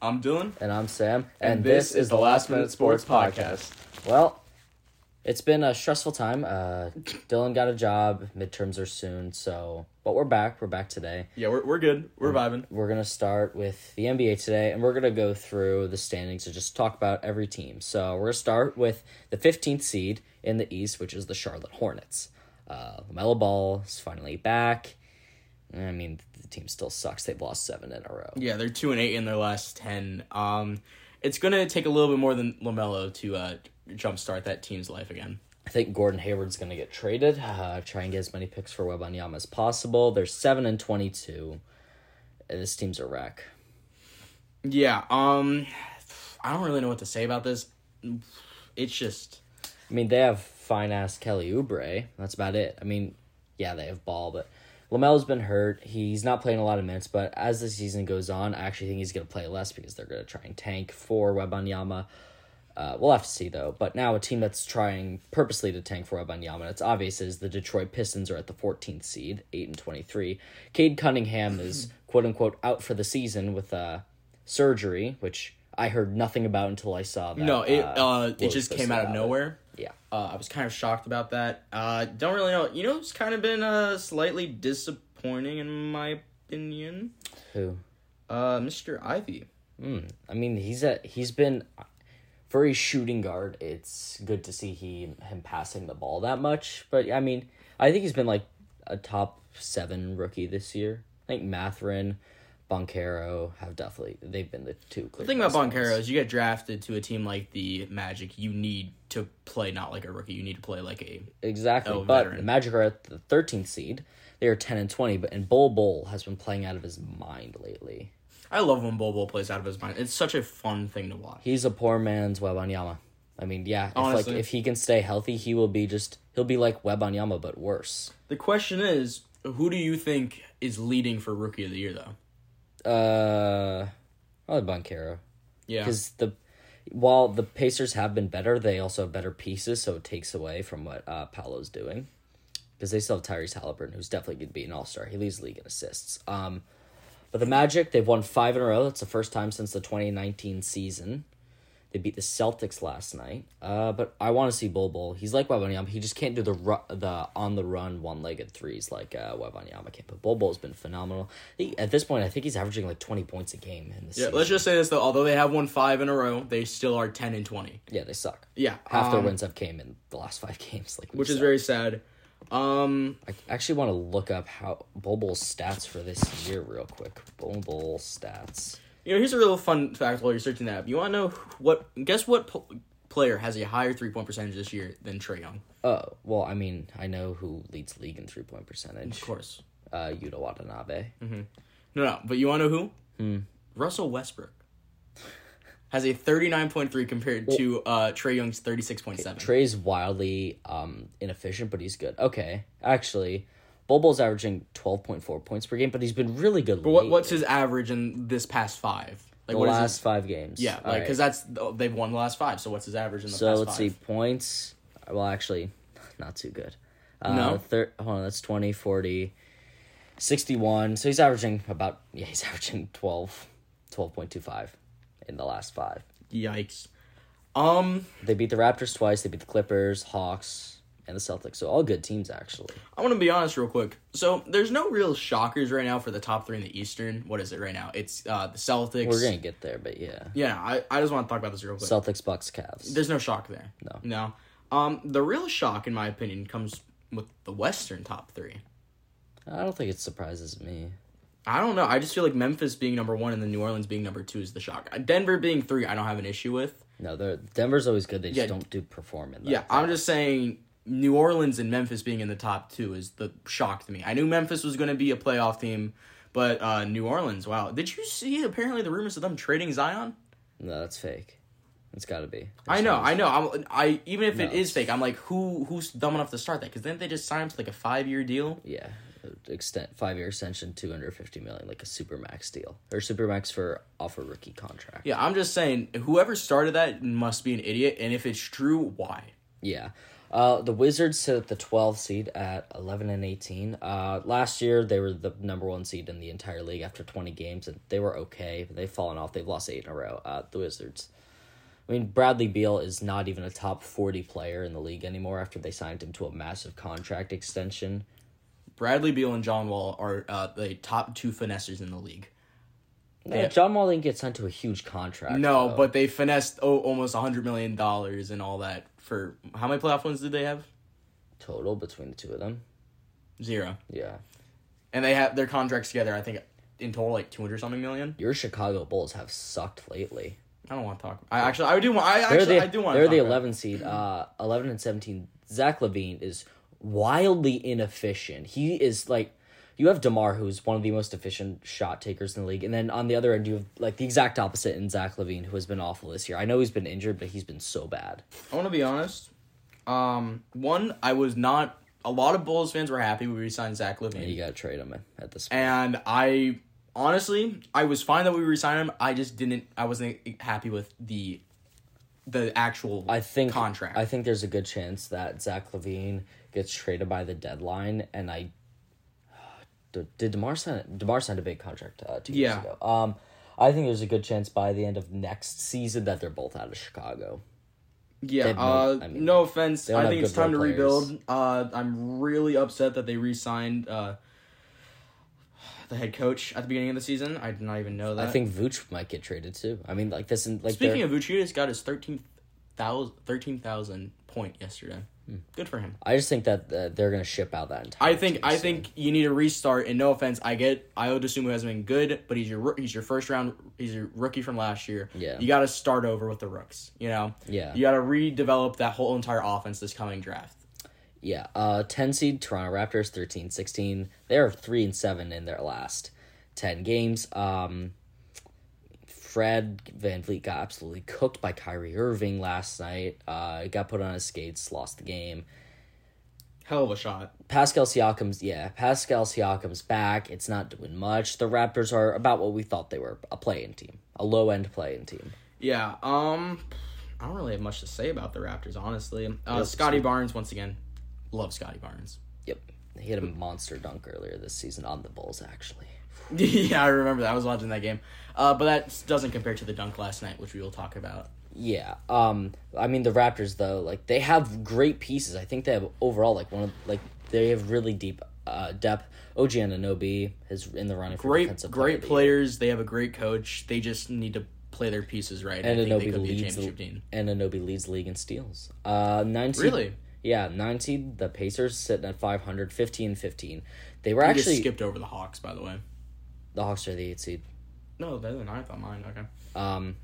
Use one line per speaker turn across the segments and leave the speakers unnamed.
I'm Dylan.
And I'm Sam. And, this, is the Last Minute Sports Podcast. Well, it's been a stressful time. Uh, Dylan got a job. Midterms are soon. So, but we're back. We're back today.
Yeah, we're, we're good. We're vibing.
We're going to start with the NBA today, and we're going to go through the standings and just talk about every team. So, we're going to start with the 15th seed in the East, which is the Charlotte Hornets. Uh, LaMelo Ball is finally back. I mean, the team still sucks. They've lost seven in a row.
Yeah, they're two and eight in their last ten. Um, it's gonna take a little bit more than Lamelo to uh jumpstart that team's life again.
I think Gordon Hayward's going to get traded. Uh, try and get as many picks for Webanyama as possible. They're seven and twenty-two. Uh, This team's a wreck.
Yeah. Um, I don't really know what to say about this. It's just
I mean, they have fine ass Kelly Oubre. That's about it. I mean, yeah, they have Ball, but Lamelo's been hurt. He's not playing a lot of minutes, but as the season goes on, I actually think he's going to play less because they're going to try and tank for Webanyama. Uh, we'll have to see though. But now a team that's trying purposely to tank for Webanyama, it's obvious is the Detroit Pistons are at the 14th seed, 8 and 23. Cade Cunningham
Hmm.
is quote unquote out for the season with uh, surgery, which I heard nothing about until I saw that.
no. It
uh,
uh, it
was
just
posted
came out of
about it.
nowhere.
yeah.
Uh, I was kind of shocked about that. Uh, don't really know. You know, it's kind of been uh slightly disappointing in my opinion.
Who?
Uh, Mr. Ivy.
Hmm. I mean, he's a he's been for a shooting guard. It's good to see he him passing the ball that much. But I mean, I think he's been like a top seven rookie this year. I think Matherin, Boncaro have definitely they've been the two.
The thing about Boncaro is you get drafted to a team like the Magic, you need to play not like a rookie, you need to play like a
exactly,
Oh,
but
veteran.
the Magic are at the thirteenth seed. They are ten and twenty, but and Bull Bull has been playing out of his mind lately.
I love when Bobo plays out of his mind. It's such a fun thing to watch.
He's a poor man's Webanyama. I mean, yeah, if, like
Honestly.
if he can stay healthy, he will be just he'll be like Webanyama but worse.
The question is, who do you think is leading for rookie of the year though?
Uh, probably Boncaro
Yeah.
because the while the Pacers have been better, they also have better pieces, so it takes away from what uh, Paolo's doing because they still have Tyrese Halliburton, who's definitely going to be an All Star. He leads the league in assists. Um, but the Magic they've won five in a row. That's the first time since the twenty nineteen season. They beat the Celtics last night. Uh, but I want to see Bull Bull. He's like Webanyama. He just can't do the ru- the on the run one legged threes like uh, Webanyama can. But Bull Bull's been phenomenal. He, at this point, I think he's averaging like twenty points a game in the
yeah,
season.
let's just say this though, although they have won five in a row, they still are ten and twenty.
Yeah, they suck.
Yeah.
Half their
um,
wins have came in the last five games, like we
Which is
said.
very sad. Um
I actually want to look up how Bulbul's stats for this year real quick. Bulbul stats.
you know, here's a real fun fact while you're searching that up. You wanna know wh- what guess what pl- player has a higher three point percentage this year than Trey Young?
Oh well, I mean, I know who leads the league in three point
Of
percentage.
course.
Uh, Yuta Watanabe.
Mm-hmm. No, no. But you want to know who? Russell Westbrook has a thirty nine point three compared to uh, Trey Young's thirty six point seven.
Trey's wildly um inefficient, but he's good. Okay, actually, Bulbul's averaging twelve point four points per game, but he's been really good.
What, what's his average in this past five? Like
the
what is
last
his?
five games?
Yeah,
All
like
right.
because that's oh, they've won the last five. So what's his average in the
So
past
let's
five?
see points. Well, actually, not too good. Uh,
No?
Thir- hold on, that's 20, 40, 61. So he's averaging about yeah, he's averaging 12, 12.25 in the last five.
Yikes. Um,
They beat the Raptors twice. They beat the Clippers, Hawks, and the Celtics. So all good teams actually.
I want to be honest real quick. So there's no real shockers right now for the top three in the Eastern. What is it right now? It's uh the Celtics.
We're gonna get there, but yeah,
yeah, I, I just want to talk about this real quick.
Celtics, Bucks, Cavs.
There's no shock there. No. No. Um, the real shock, in my opinion, comes with the Western top three.
I don't think it surprises me.
I don't know. I just feel like Memphis being number one and then New Orleans being number two is the shock. Uh, Denver being three, I don't have an issue with.
No, they're Denver's always good. They just
Yeah.
don't do perform in that.
Yeah, I'm just saying New Orleans and Memphis being in the top two is the shock to me. I knew Memphis was going to be a playoff team, but uh, New Orleans, wow. Did you see apparently the rumors of them trading Zion?
No, that's fake. It's got to be.
I know, I know. I'm, I even if it
No.
is fake, I'm like, who who's dumb enough to start that? Because then they just signed him to like a five year deal.
Yeah, extent five year extension, two hundred fifty million, like a supermax deal or supermax for off a rookie contract.
Yeah, I'm just saying, whoever started that must be an idiot, and if it's true, why?
Yeah. Uh, the Wizards sit at the 12th seed at 11 and 18. Uh, last year, they were the number one seed in the entire league after 20 games, and they were okay. They've fallen off. They've lost eight in a row. Uh, the Wizards. I mean, Bradley Beal is not even a top 40 player in the league anymore after they signed him to a massive contract extension.
Bradley Beal and John Wall are uh, the top two finessers in the league.
No, John Wall didn't get signed to a huge contract.
No,
though.
but they finessed oh, almost hundred million dollars and all that for how many playoff wins did they have?
total between the two of them,
Zero.
yeah.
And they have their contracts together. I think in total like two hundred something million.
Your Chicago Bulls have sucked lately.
I don't want to talk. I actually I do want. I
They're
actually
the,
I do want.
they're
to
the 11 seed, uh, 11 and 17. Zach Levine is wildly inefficient. He is like, you have DeMar, who's one of the most efficient shot takers in the league. And then on the other end, you have like the exact opposite in Zach Levine, who has been awful this year. I know he's been injured, but he's been so bad.
I want to be honest. Um, one I was not. A lot of Bulls fans were happy we re-signed Zach Levine.
You got to trade him at this point.
and I honestly I was fine that we resigned him. I just didn't. I wasn't happy with the the actual
I think
contract.
I think there's a good chance that Zach Levine gets traded by the deadline, and I did, did Demar sign Demar signed a big contract uh, two
Yeah.
years ago. Um, I think there's a good chance by the end of next season that they're both out of Chicago.
yeah.
they've no-
Uh,
I mean,
no offense.
don't
I think
have
it's
good
time to
role players.
rebuild. Uh, I'm really upset that they re-signed uh, the head coach at the beginning of the season. I did not even know that.
I think Vooch might get traded too. I mean, like this, and like
Uh, Speaking
they're-
of Vucevic, got his 13,000 13,000 point yesterday.
Hmm.
Good for him.
I just think that uh, they're gonna ship out that entire.
I think
team
I
soon.
think you need a restart. And no offense, I get Iodasumu has been good, but he's your roo- he's your first round he's your rookie from last year.
Yeah.
you got to start over with the rooks. You know,
Yeah.
you got to redevelop that whole entire offense this coming draft.
Yeah, uh, 10 seed Toronto Raptors, 13 16. They're 3 and 7 in their last 10 games. Um, Fred Van Vliet got absolutely cooked by Kyrie Irving last night. Uh, got put on his skates, lost the game.
Hell of a shot.
Pascal Siakam's, yeah, Pascal Siakam's back. It's not doing much. The Raptors are about what we thought they were a play in team, a low end play in team.
Yeah. Um, I don't really have much to say about the Raptors, honestly. Uh,
Yep.
Scotty Barnes once again, love Scotty Barnes.
Yep. He had a monster dunk earlier this season on the Bulls, actually.
yeah, I remember that. I was watching that game. Uh, but that doesn't compare to the dunk last night, which we will talk about.
Yeah. Um I mean the Raptors though, like they have great pieces. I think they have overall like one of like they have really deep uh depth. OG Ananobi is in the running for
Great,
defensive
great
player.
players. They have a great coach. They just need to play their pieces right. And I think they
Ananobi
could be a
leads
championship
the,
team.
Ananobi leads the league in steals. Uh nine seed,
Really?
Yeah, nine seed the Pacers sitting at 500, 15 15. They were
I
actually
just skipped over the Hawks, by the way.
the Hawks are the eight seed.
No, better than I thought mine. Okay.
Um,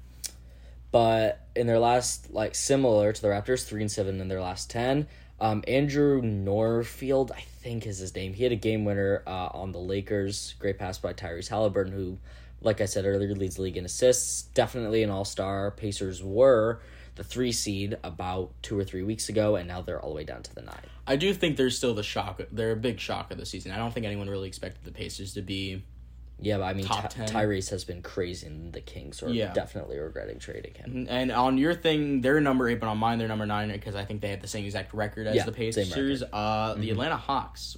but in their last, like similar to the Raptors, three and seven in their last ten. Um, Andrew Norfield, I think is his name. He had a game winner uh, on the Lakers. Great pass by Tyrese Halliburton, who, like I said earlier, leads the league in assists. Definitely an All Star. Pacers were the three seed about two or three weeks ago, and now they're all the way down to the nine.
I do think they're still the shock. They're a big shock of the season. I don't think anyone really expected the Pacers to be.
Yeah, but I mean,
Top
Ty-
10.
Tyrese has been crazy in the Kings, or
Yeah.
definitely regretting trading him.
And on your thing, they're number eight, but on mine, they're number nine because I think they have the same exact record as
Yeah,
the
same record. Mm-hmm.
Pacers. Uh, the Atlanta Hawks.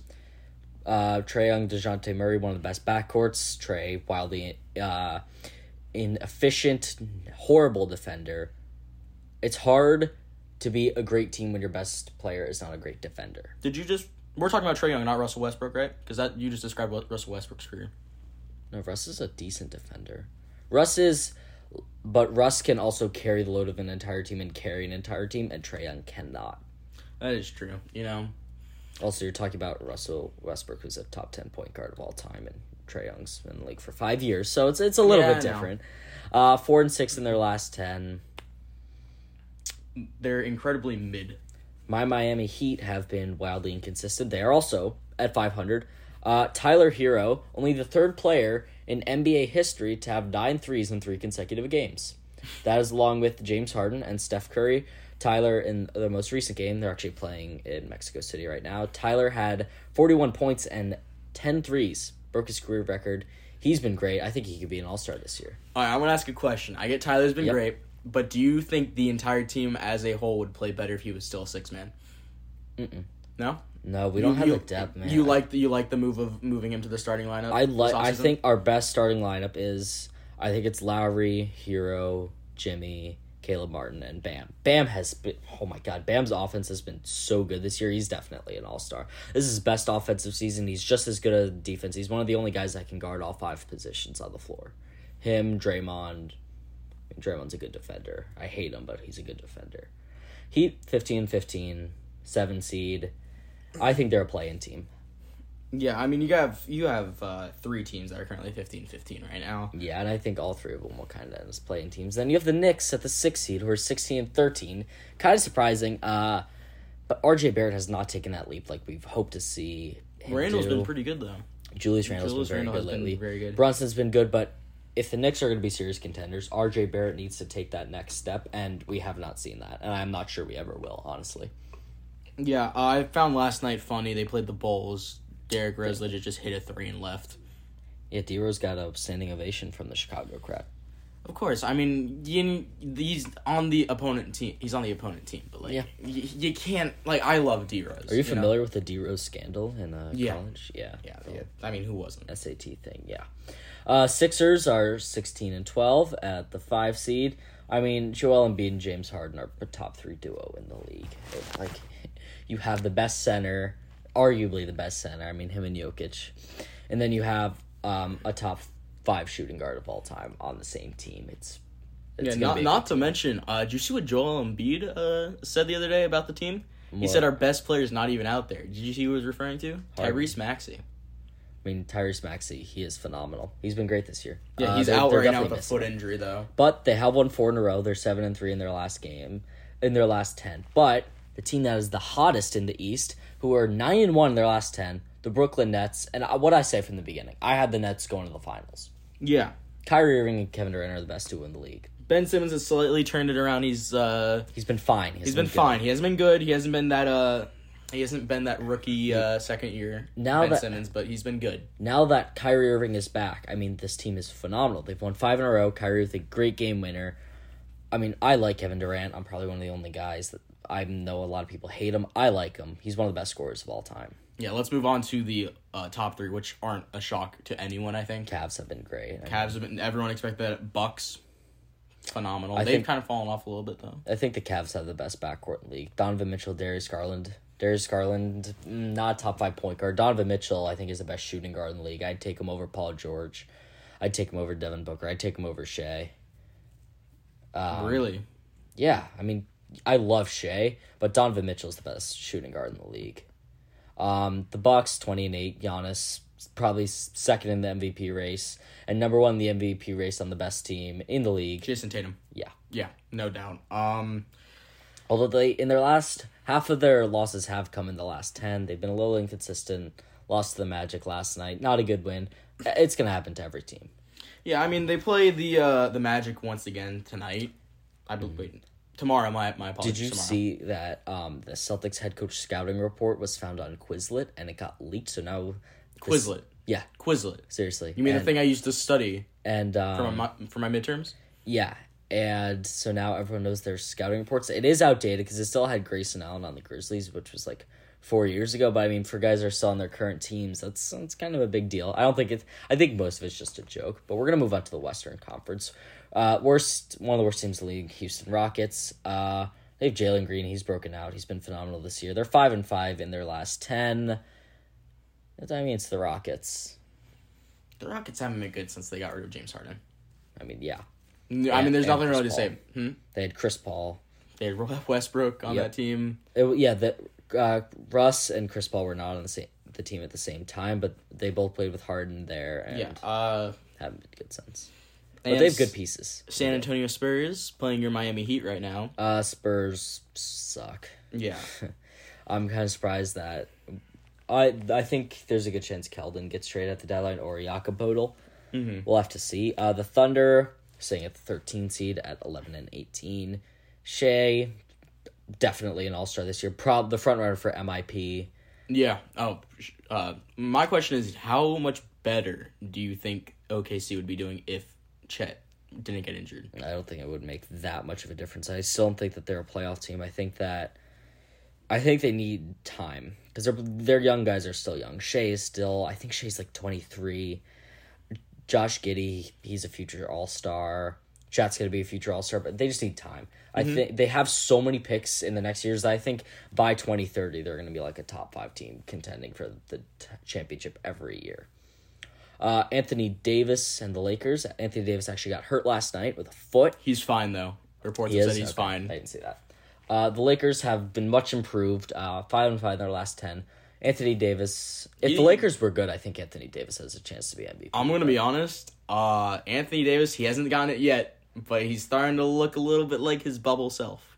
uh, Trey Young, Dejounte Murray, one of the best backcourts. Trey, wildly uh, inefficient, horrible defender. It's hard to be a great team when your best player is not a great defender.
Did you just? We're talking about Trey Young, not Russell Westbrook, right? Because that you just described what Russell Westbrook's career.
No, Russ is a decent defender. Russ is, but Russ can also carry the load of an entire team and carry an entire team, and Trey Young cannot.
That is true. You know,
Also, you're talking about Russell Westbrook, who's a top ten point guard of all time, and Trey Young's been in the league for five years, so it's it's a little
Yeah,
bit
I know.
different. Uh, four and six in their last ten.
they're incredibly mid.
My Miami Heat have been wildly inconsistent. They are also at 500. Uh, Tyler Hero, only the third player in NBA history to have nine threes in three consecutive games. That is along with James Harden and Steph Curry. Tyler, in the most recent game, they're actually playing in Mexico City right now. Tyler had 41 points and 10 threes, broke his career record. He's been great. I think he could be an all star this year.
All right, I want to ask a question. I get Tyler's been
Yep.
great, but do you think the entire team as a whole would play better if he was still a six man? No,
No, we don't have
you,
the depth, man.
You like the, you like the move of moving him to the starting lineup.
I like. I
Sauceism?
think our best starting lineup is. I think it's Lowry, Hero, Jimmy, Caleb Martin, and Bam. Bam has been. Oh my God, Bam's offense has been so good this year. He's definitely an all star. This is his best offensive season. He's just as good at defense. He's one of the only guys that can guard all five positions on the floor. Him, Draymond. I mean, Draymond's a good defender. I hate him, but he's a good defender. Heat 15 15, 7 seed. I think they're a play in team.
Yeah, I mean you have you have uh, three teams that are currently 15-15 right now.
Yeah, and I think all three of them will kind of end as playing teams. Then you have the Knicks at the six seed, who are sixteen and thirteen. Kind of surprising. Uh, but RJ Barrett has not taken that leap like we've hoped to see. him
Randall's
do.
been pretty good though.
Julius Randle's
Julius
been very
Randle
good
has been
lately.
very good.
Brunson's been good, but if the Knicks are going to be serious contenders, RJ Barrett needs to take that next step, and we have not seen that, and I'm not sure we ever will, honestly.
Yeah, uh, I found last night funny. They played the Bulls. Derek Rose legit just hit a three and left.
Yeah, D Rose got a standing ovation from the Chicago crowd.
Of course, I mean you, he's on the opponent team. He's on the opponent team, but like
Yeah.
y- you can't like I love D Rose.
Are you familiar with the D Rose scandal in uh,
Yeah.
college? Yeah.
Yeah, yeah. I mean who wasn't?
SAT thing, yeah. Uh, Sixers are 16 and 12 at the five seed. I mean, Joel Embiid and James Harden are the top three duo in the league. It- like, you have the best center, arguably the best center. I mean, him and Jokic, and then you have um, a top five shooting guard of all time on the same team. It's, it's
Yeah,
gonna
not
be-
not to mention, uh, did you see what Joel Embiid uh, said the other day about the team? He said our best player's not even out there. Did you see who he was referring to? Tyrese Maxey.
I mean, Tyrese Maxey, he is phenomenal. He's been great this year.
Yeah,
Uh,
he's
they're-
out
they're
right now
definitely
with a
missing
foot injury though.
but they have won four in a row. They're seven and three in their last game, in their last ten. But the team that is the hottest in the East, who are nine and one in their last ten, the Brooklyn Nets. And I- what I say from the beginning, I had the Nets going to the finals.
Yeah.
Kyrie Irving and Kevin Durant are the best two in the league.
Ben Simmons has slightly turned it around. He's uh
He's been fine.
he's been
good.
fine. He hasn't been good. He hasn't been that uh he hasn't been that rookie uh second year
Now
Ben
that-
Simmons, but he's been good.
Now that Kyrie Irving is back, I mean, this team is phenomenal. They've won five in a row. Kyrie with a great game winner. I mean, I like Kevin Durant. I'm probably one of the only guys that I know a lot of people hate him. I like him. He's one of the best scorers of all time.
Yeah, let's move on to the uh, top three, which aren't a shock to anyone. I think
Cavs have been great. I
Cavs have been everyone expected that. Bucks, phenomenal. They've
think-
kind of fallen off a little bit though.
I think the Cavs have the best backcourt in the league. Donovan Mitchell, Darius Garland. Darius Garland, mm, not a top five point guard. Donovan Mitchell, I think, is the best shooting guard in the league. I'd take him over Paul George. I'd take him over Devin Booker. I'd take him over Shea. Um,
really,
Yeah, I mean, I love Shea, but Donovan Mitchell's the best shooting guard in the league. Um, the Bucks, twenty and eight. Giannis probably s- second in the MVP race and number one in the MVP race on the best team in the league.
Jason Tatum.
Yeah.
Yeah, no doubt. Um,
Although they in their last half of their losses have come in the last ten, they've been a little inconsistent. Lost to the Magic last night, not a good win. It's gonna happen to every
Oh,
team.
yeah, I mean they play the uh the Magic once again tonight. I believe wait, tomorrow. My my apologies.
Hmm. Did you
tomorrow.
see that um, the Celtics head coach scouting report was found on Quizlet and it got leaked? So now, this-
Quizlet?
yeah,
Quizlet.
seriously.
You mean
and,
the thing I used to study
And um,
for my for my midterms?
yeah, and so now everyone knows their scouting reports. It is outdated because it still had Grayson Allen on the Grizzlies, which was like four years ago. But I mean, for guys that are still on their current teams, that's that's kind of a big deal. I don't think it's. I think most of it's just a joke. But we're gonna move on to the Western Conference. Uh, worst one of the worst teams in the league, Houston Rockets. Uh, they have Jalen Green. He's broken out. He's been phenomenal this year. They're five and five in their last ten. I mean, it's the Rockets.
The Rockets haven't been good since they got rid of James Harden.
I mean, yeah,
No, I mean, there's
and
nothing really to
Chris
say. Hmm?
they had Chris Paul.
They had Westbrook on
Yep.
that team.
It, yeah, the, uh, Russ and Chris Paul were not on the same the team at the same time, but they both played with Harden there and
Yeah. Uh,
haven't been good since. But
and
they have good pieces.
San Antonio Spurs playing your Miami Heat right now.
Uh, Spurs suck.
Yeah.
I'm kind of surprised that I I think there's a good chance Keldon gets traded at the deadline or Yakabodal. Mm-hmm. We'll have to see. Uh, the Thunder sitting at the 13 seed at 11 and 18. Shea definitely an All Star this year. Prob the front runner for MIP.
Yeah. Oh, sh- uh, my question is, how much better do you think OKC would be doing if Chet didn't get injured?
I don't think it would make that much of a difference. I still don't think that they're a playoff team. I think that I think they need time because their their young guys are still young. Shea is still, I think Shea's like twenty three. Josh Giddy, he's a future All Star. Chat's gonna be a future All Star, but they just need time. I think they have so many picks in the next years that I think by twenty thirty they're gonna be like a top five team contending for the t- championship every year. Uh, Anthony Davis and the Lakers. Anthony Davis actually got hurt last night with a foot.
He's fine though. Reports
He
have
is?
said he's
Okay, I
fine.
didn't see that. Uh, the Lakers have been much improved. Uh, five and five in their last ten. Anthony Davis. If the
He- Um,
Lakers were good, I think Anthony Davis has a chance to be MVP.
I'm gonna be honest. Uh, Anthony Davis, he hasn't gotten it yet, but he's starting to look a little bit like his bubble self.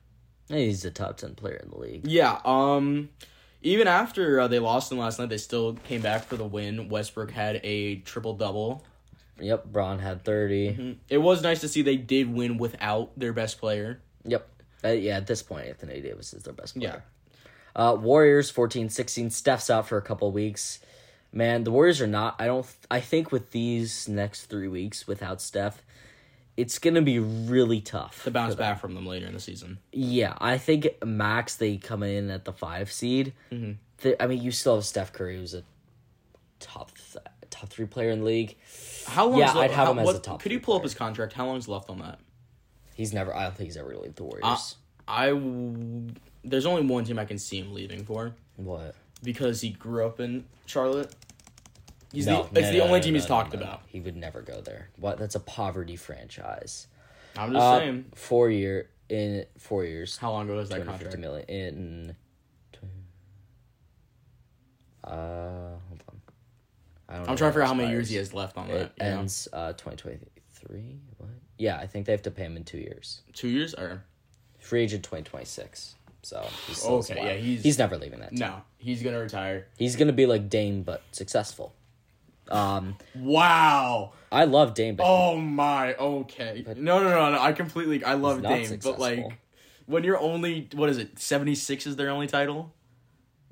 He's a top ten player in the league.
Yeah. Um. Even after uh, they lost him last night, they still came back for the win. Westbrook had a triple double.
Yep, Braun had 30
Mm. It was nice to see they did win without their best player.
Yep. Uh, yeah, at this point, Anthony Davis is their best
Mm-hmm. Yeah.
player. Uh, Warriors 14 16. Steph's out for a couple weeks. Man, the Warriors are not. I don't. I think with these next three weeks without Steph, it's going to be really tough.
to bounce back from them later in the season.
Yeah, I think max they come in at the five seed. Mm-hmm. I mean, you still have Steph Curry, who's a top th- top three player in the league.
How long?
Yeah,
is le-
I'd have
how-
him as
what-
a top
Could you
three
pull up his contract? How long's left on that?
He's never. I don't think he's ever going to leave the Warriors.
I w- there's only one team I can see him leaving for
what?
because he grew up in Charlotte. He's
No,
the,
no,
it's the
no,
only
no,
team
no,
he's
no,
talked
no, no.
about.
He would never go there. What? That's a poverty franchise.
I'm just
Uh,
saying.
four year in four years.
How long ago was that
Two hundred fifty
contract?
million in. tw- Uh, hold on. I don't know
I'm trying to
when
figure
it
out how many years
expires.
he has left on
It
that. you know?
ends uh twenty twenty three. What? Yeah, I think they have to pay him in two years.
Two years or
Free agent twenty twenty six. So he's still
Okay, yeah, he's-
he's never leaving that. team.
no? He's gonna retire.
He's gonna be like Dame but successful. Um,
Wow.
I love Dame, but
Oh my. Okay. no, no, no, no. I completely. I love
not
Dame,
successful.
but like, when you're only what is it? Seventy six is their only title.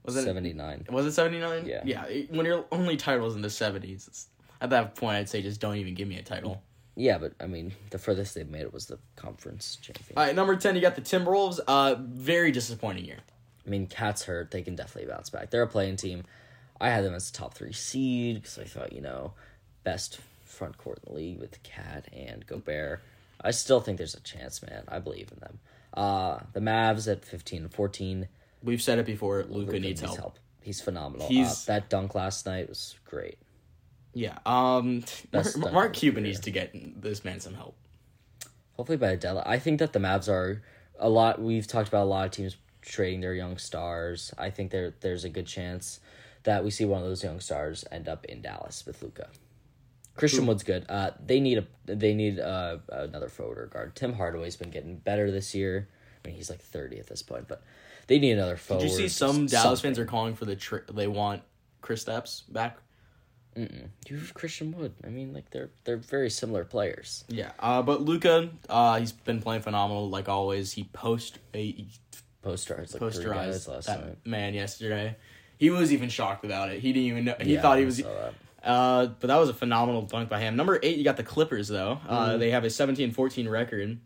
Was it
seventy nine.
Was it 79?
Yeah.
Yeah. it- When your only title is in the 70s, it's, at that point, I'd say just don't even give me a title.
Yeah, but I mean, the furthest they've made it was the conference championship.
All right, number 10, you got the Timberwolves. Uh, very disappointing year.
I mean, Cats hurt. They can definitely bounce back. They're a playing team. I had them as a top three seed because I thought, you know, best front court in the league with Cat and Gobert. I still think there's a chance, man. I believe in them. Uh, the Mavs at 15 and 14.
We've said it before. Luca needs help.
He's phenomenal.
He's-
Uh, that dunk last night was great.
Yeah. Um, Mar-
That's
Mark,
definitely
Cuban needs to get this man some help.
Hopefully by Adela. I think that the Mavs are a lot. We've talked about a lot of teams trading their young stars. I think there there's a good chance that we see one of those young stars end up in Dallas with Luca. Christian Wood's good. Uh, they need a they need uh, another forward or guard. Tim Hardaway's been getting better this year. I mean, he's like thirty at this point, but they need another forward.
Did you see
just
some Dallas
something.
fans are calling for the tri- they want Chris Stapps back?
You have Christian Wood. I mean, like they're they're very similar players.
Yeah. Uh, but Luca, uh, he's been playing phenomenal like always. He post a
Posterized like three guys
posterized
last
that
night.
man yesterday. He was even shocked about it. He didn't even know. He
Yeah,
thought he
I
was.
saw that.
Uh, but that was a phenomenal dunk by him. Number eight, you got the Clippers though. Uh,
Mm-hmm.
they have a 17-14 record.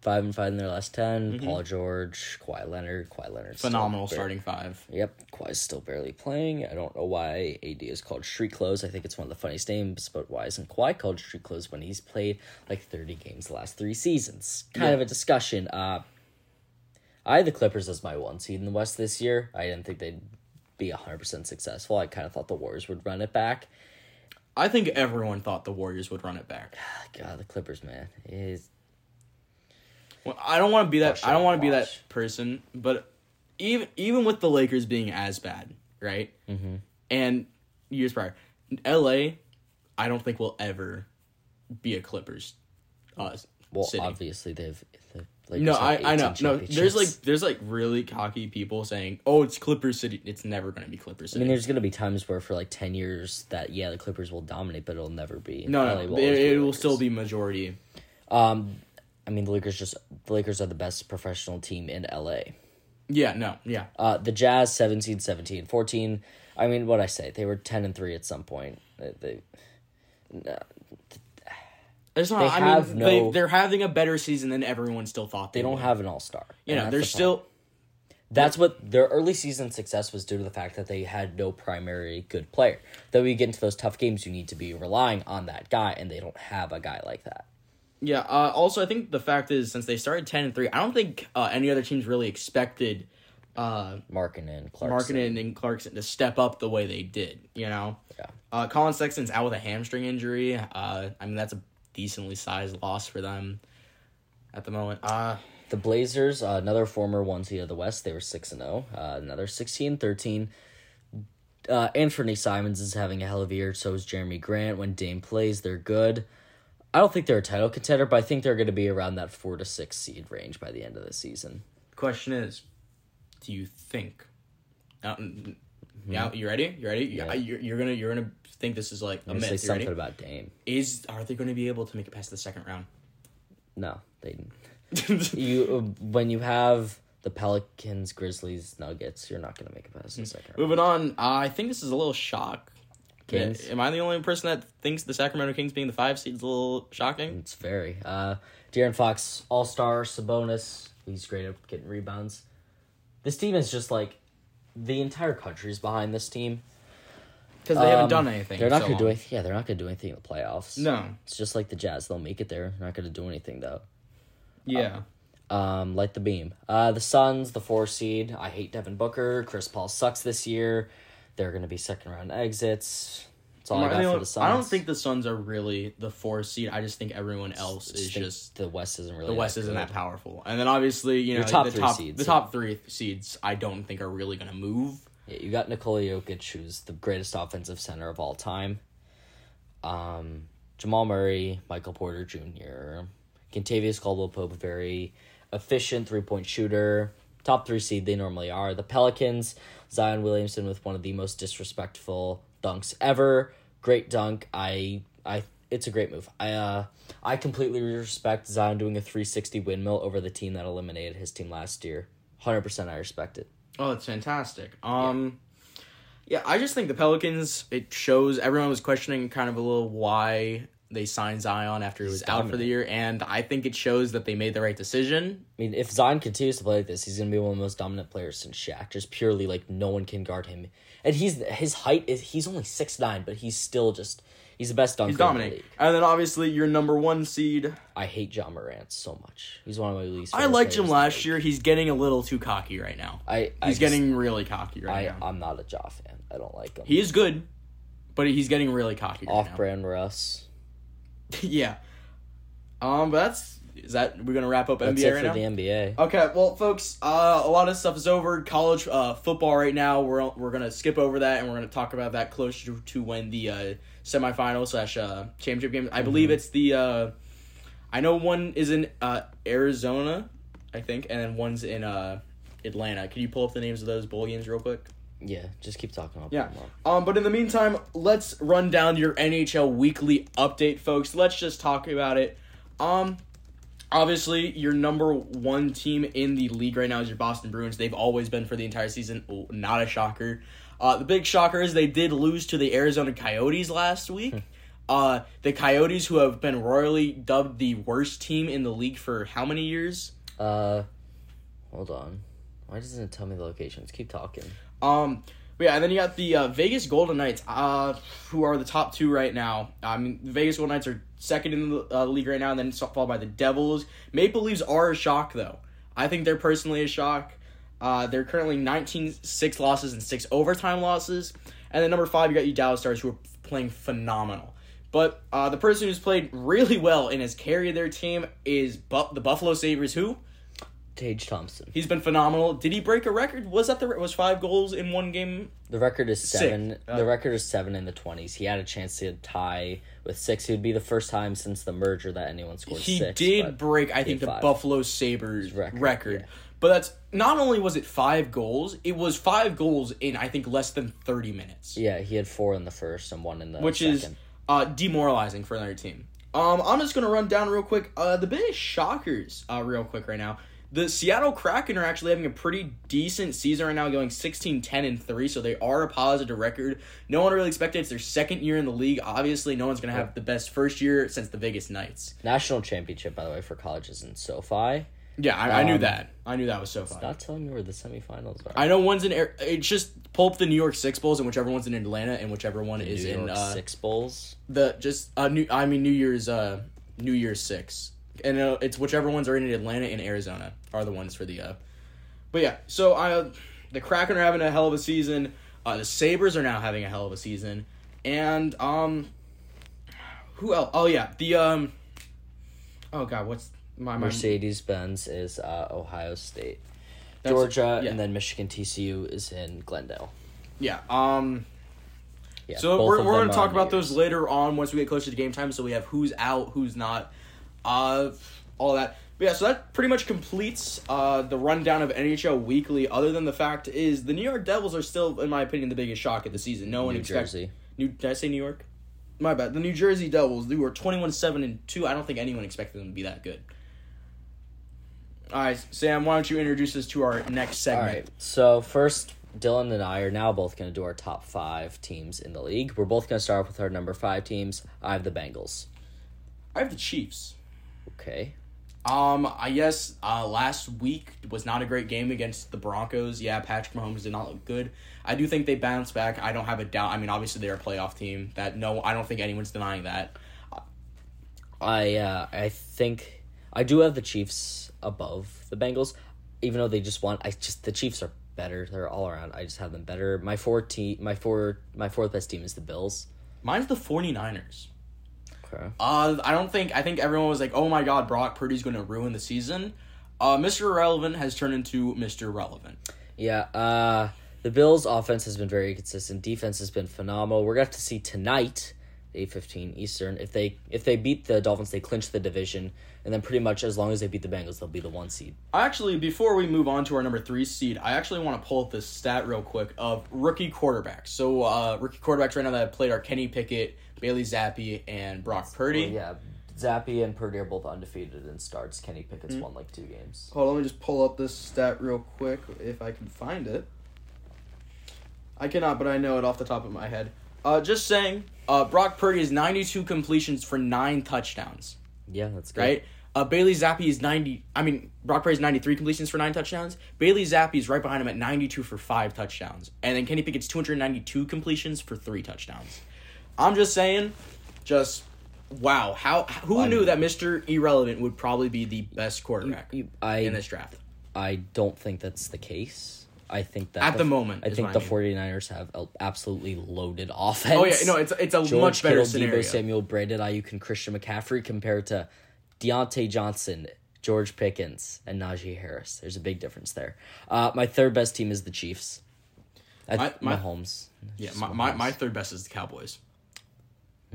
five and five in their last 10 Paul George, Kawhi Leonard, Kawhi Leonard.
Mm-hmm. Phenomenal starting five.
Yep, Kawhi's still barely playing. I don't know why AD is called Street Clothes. I think it's one of the funniest names, but why isn't Kawhi called Street Clothes when he's played like thirty games the last three seasons? Kind of a discussion. Uh, I had the Clippers as my one seed in the West this year. I didn't think they'd be hundred percent successful. I kind of thought the Warriors would run it back.
I think everyone thought the Warriors would run it back.
God, the Clippers, man, is
Well, I don't want to be that. I don't want to be that
Watch.
person. But even even with the Lakers being as bad, right? Mm-hmm. And years prior, L.A. I don't think will ever be a Clippers. Uh,
well,
city.
obviously they've. The Lakers
No,
have
I, I
18
know. No, there's like
championships.
there's like really cocky people saying, "Oh, it's Clippers City." It's never gonna be Clippers
I
City.
mean, there's gonna be times where for like ten years that yeah, the Clippers will dominate, but it'll never be.
no, no,
LA will
it,
always the
it will
Lakers.
still be majority.
Um, I mean, the Lakers just the Lakers are the best professional team in LA.
Yeah, no, yeah.
Uh, the Jazz 17, 17, 14. I mean, what I say, they were ten and three at some point. They, they
It's not.
they
I
have
mean,
no-
they, they're having a better season than everyone still thought. They,
they don't
would.
have an all star.
You know, they're still.
That's what their early season success was due to the fact that they had no primary good player. That we get into those tough games, you need to be relying on that guy, and they don't have a guy like that.
Yeah. Uh, also, I think the fact is, since they started ten and three, I don't think uh, any other teams really expected uh,
Markkinen, Clarkson.
Markkinen and Clarkson to step up the way they did. You know,
Yeah.
uh, Colin Sexton's out with a hamstring injury. Uh, I mean, that's a decently sized loss for them at the moment. Uh,
The Blazers, uh, another former one seed of the West, they were 6 and 0. Uh, Another 16 13. Uh, Anthony Simons is having a hell of a year. So is Jeremy Grant. When Dame plays, they're good. I don't think they're a title contender, but I think they're going to be around that 4 to 6 seed range by the end of the season.
question is, do you think? uh, Now, n-
Hmm.
now you ready? You ready? Yeah. You're, you're gonna you're gonna think this is like a
I'm going to
myth.
say
You ready?
something about Dame.
Is are they gonna be able to make it past the second round?
No, they didn't. You, uh, when you have the Pelicans, Grizzlies, Nuggets, you're not going to make it past the second round.
Moving on, uh, I think this is a little shock.
Kings?
Am I the only person that thinks the Sacramento Kings being the five seed is a little shocking?
It's very. Uh, De'Aaron Fox, All Star, Sabonis. He's great at getting rebounds. This team is just like the entire country's behind this team.
Because they haven't
Um,
done anything.
They're
in
not
so
gonna do
long.
anything. Yeah, they're not gonna do anything in the playoffs.
No.
it's just like the Jazz. They'll make it there. They're not gonna do anything though.
Yeah.
Um, light the beam. Uh, the Suns, the four seed. I hate Devin Booker. Chris Paul sucks this year. They're gonna be second round exits. That's all
Am I
I got
the
for
only-
the Suns.
I don't think the Suns are really the four seed. I just think everyone else
Just
is
think
just
the West isn't really
the West
that
isn't
good.
that powerful. And then obviously, you know,
top
the
three
top
seeds,
the
yeah.
top three seeds I don't think are really gonna move.
Yeah, you got Nikola Jokic, who's the greatest offensive center of all time. Um, Jamal Murray, Michael Porter Jr., Contavious Caldwell Pope, very efficient three point shooter. Top three seed they normally are. The Pelicans, Zion Williamson with one of the most disrespectful dunks ever. Great dunk. I I it's a great move. I uh I completely respect Zion doing a three sixty windmill over the team that eliminated his team last year. Hundred percent I respect it.
Oh, it's fantastic. Um yeah. I just think the Pelicans it shows everyone was questioning kind of a little why they signed Zion after he was out for the year and I think it shows that they made the right decision.
I mean, if Zion continues to play like this, he's gonna be one of the most dominant players since Shaq. Just purely like no one can guard him, and he's his height is he's only six nine, but he's still just he's the best dunker.
He's
In the
dominating.
league.
And then obviously your number 1 seed.
I hate John Morant so much. He's one of my least.
I
favorite
liked him
players.
last year. He's getting a little too cocky right now.
I I
He's
just-
getting really cocky right
I
now.
I'm not a Jaw fan. I don't like him.
He is good, but he's getting really cocky right now.
Off brand Russ.
yeah. Um, but that's is that we're gonna wrap up
That's
NBA
it
right
for
now.
the NBA.
Okay, well, folks, uh, a lot of stuff is over. College uh, football right now. We're we're gonna skip over that, and we're gonna talk about that closer to, to when the uh, semifinal slash uh, championship game. I believe it's the. Uh, I know one is in uh, Arizona, I think, and then one's in uh, Atlanta. Can you pull up the names of those bowl games real quick?
Yeah, just keep talking about
Yeah.
him.
Um, but in the meantime, let's run down your NHL weekly update, folks. Let's just talk about it. Um, obviously, your number one team in the league right now is your Boston Bruins. They've always been for the entire season. Oh, Not a shocker. Uh, the big shocker is they did lose to the Arizona Coyotes last week. uh, the Coyotes, who have been royally dubbed the worst team in the league for how many years?
Uh, hold on. Why doesn't it tell me the locations? Keep talking.
Um, but yeah, and then you got the uh, Vegas Golden Knights, uh, who are the top two right now. I mean, the Vegas Golden Knights are second in the uh, league right now, and then it's followed by the Devils. Maple Leafs are a shock, though. I think they're personally a shock. Uh, they're currently 19 six losses and six overtime losses. And then number five, you got you Dallas Stars, who are playing phenomenal. But uh, the person who's played really well and has carried their team is Bu- the Buffalo Sabres, who
Tage Thompson.
he's been phenomenal. Did he break a record? Was that the was five goals in one game
The record is seven.
Uh,
the record is seven in the twenties. He had a chance to tie with six. It would be the first time since the merger that anyone scored
he
six.
did
but
break i think the
five.
buffalo sabres record,
Record,
but that's not only was it five goals it was five goals in i think less than 30 minutes
yeah, he had four in the first and one in the
which
second.
is uh, demoralizing for another team um, i'm just gonna run down real quick uh, the biggest shockers uh, real quick right now the seattle kraken are actually having a pretty decent season right now going 16 10 and 3 so they are a positive record no one really expected it. it's their second year in the league obviously no one's gonna have the best first year since the vegas knights
national championship by the way for colleges in SoFi.
Yeah, I, I knew
Um,
that. I knew that was SoFi.
Not telling me where the semifinals are.
I know one's in. Ar- It's just pull up the New York Six bowls and whichever one's in Atlanta and whichever one is
New
in
York
uh,
six bowls.
the just uh, new. I mean New Year's uh New Year's Six and uh, it's whichever ones are in Atlanta and Arizona are the ones for the uh. But yeah, so I uh, the Kraken are having a hell of a season. Uh, the Sabers are now having a hell of a season, and um, who else? Oh yeah, the um. Oh god, what's my my
Mercedes Benz is uh, Ohio State,
That's-
Georgia,
yeah.
and then Michigan TCU is in Glendale.
yeah um.
Yeah,
So
both
we're,
of
we're
them
going to
are
talk
on
about
New Year's.
those later on once we get closer to game time. So we have who's out, who's not, uh, all that. But yeah, so that pretty much completes uh, the rundown of NHL Weekly. Other than the fact is the New York Devils are still, in my opinion, the biggest shock of the season. No one
New
expects.
Jersey.
New did I say New York? My bad. The New Jersey Devils. They were twenty one seven and two. I don't think anyone expected them to be that good. All right, Sam. Why don't you introduce us to our next
All
segment?
right. So first, Dylan and I are now both going to do our top five teams in the league. We're both going to start with our number five teams. I have the Bengals.
I have the Chiefs.
Okay.
Um, I guess uh, last week was not a great game against the Broncos. Yeah, Patrick Mahomes did not look good. I do think they bounced back. I don't have a doubt. I mean, obviously they're a playoff team. That no, I don't think anyone's denying that.
I uh, I think I do have the Chiefs above the Bengals, even though they just won. I just the Chiefs are better. They're all around. I just have them better. My four team, my four, my fourth best team is the Bills.
Mine's the 49ers.
Okay.
Uh, I don't think I think everyone was like, "Oh my God, Brock Purdy's going to ruin the season." Uh, Mr. Irrelevant has turned into Mr. Relevant.
Yeah, uh the Bills offense has been very consistent. Defense has been phenomenal. We're gonna have to see tonight, eight fifteen Eastern, if they if they beat the Dolphins, they clinch the division, and then pretty much as long as they beat the Bengals, they'll be the one seed.
Actually, before we move on to our number three seed, I actually want to pull up this stat real quick of rookie quarterbacks. So, uh, rookie quarterbacks right now that have played are Kenny Pickett, Bailey Zappi, and Brock Purdy.
Well, yeah. Zappy and Purdy are both undefeated in starts. Kenny Pickett's
Mm.
won like two games.
Hold on, let me just pull up this stat real quick if I can find it. I cannot, but I know it off the top of my head. Uh, just saying, uh, Brock Purdy is 92 completions for nine touchdowns,
Yeah, that's good.
right? Uh, Bailey Zappi is 90, I mean, Brock Purdy is 93 completions for nine touchdowns. Bailey Zappi is right behind him at 92 for five touchdowns. And then Kenny Pickett's 292 completions for three touchdowns. I'm just saying, just wow. How Who knew that Mr. Irrelevant would probably be the best quarterback?
You- I
in this draft.
I don't think that's the case. I think that
At the moment,
I
is
think
what I
the
mean.
49ers have a absolutely loaded offense.
Oh yeah, no, it's it's a
George
much better
Kittle,
scenario.
Debo Samuel, Brandon Ayuk, and Christian McCaffrey compared to Deontay Johnson, George Pickens, and Najee Harris. There's a big difference there. Uh, my third best team is the Chiefs. I th-
My- my-
Mahomes.
yeah,
Just
my, my,
Mahomes.
my third best is the Cowboys.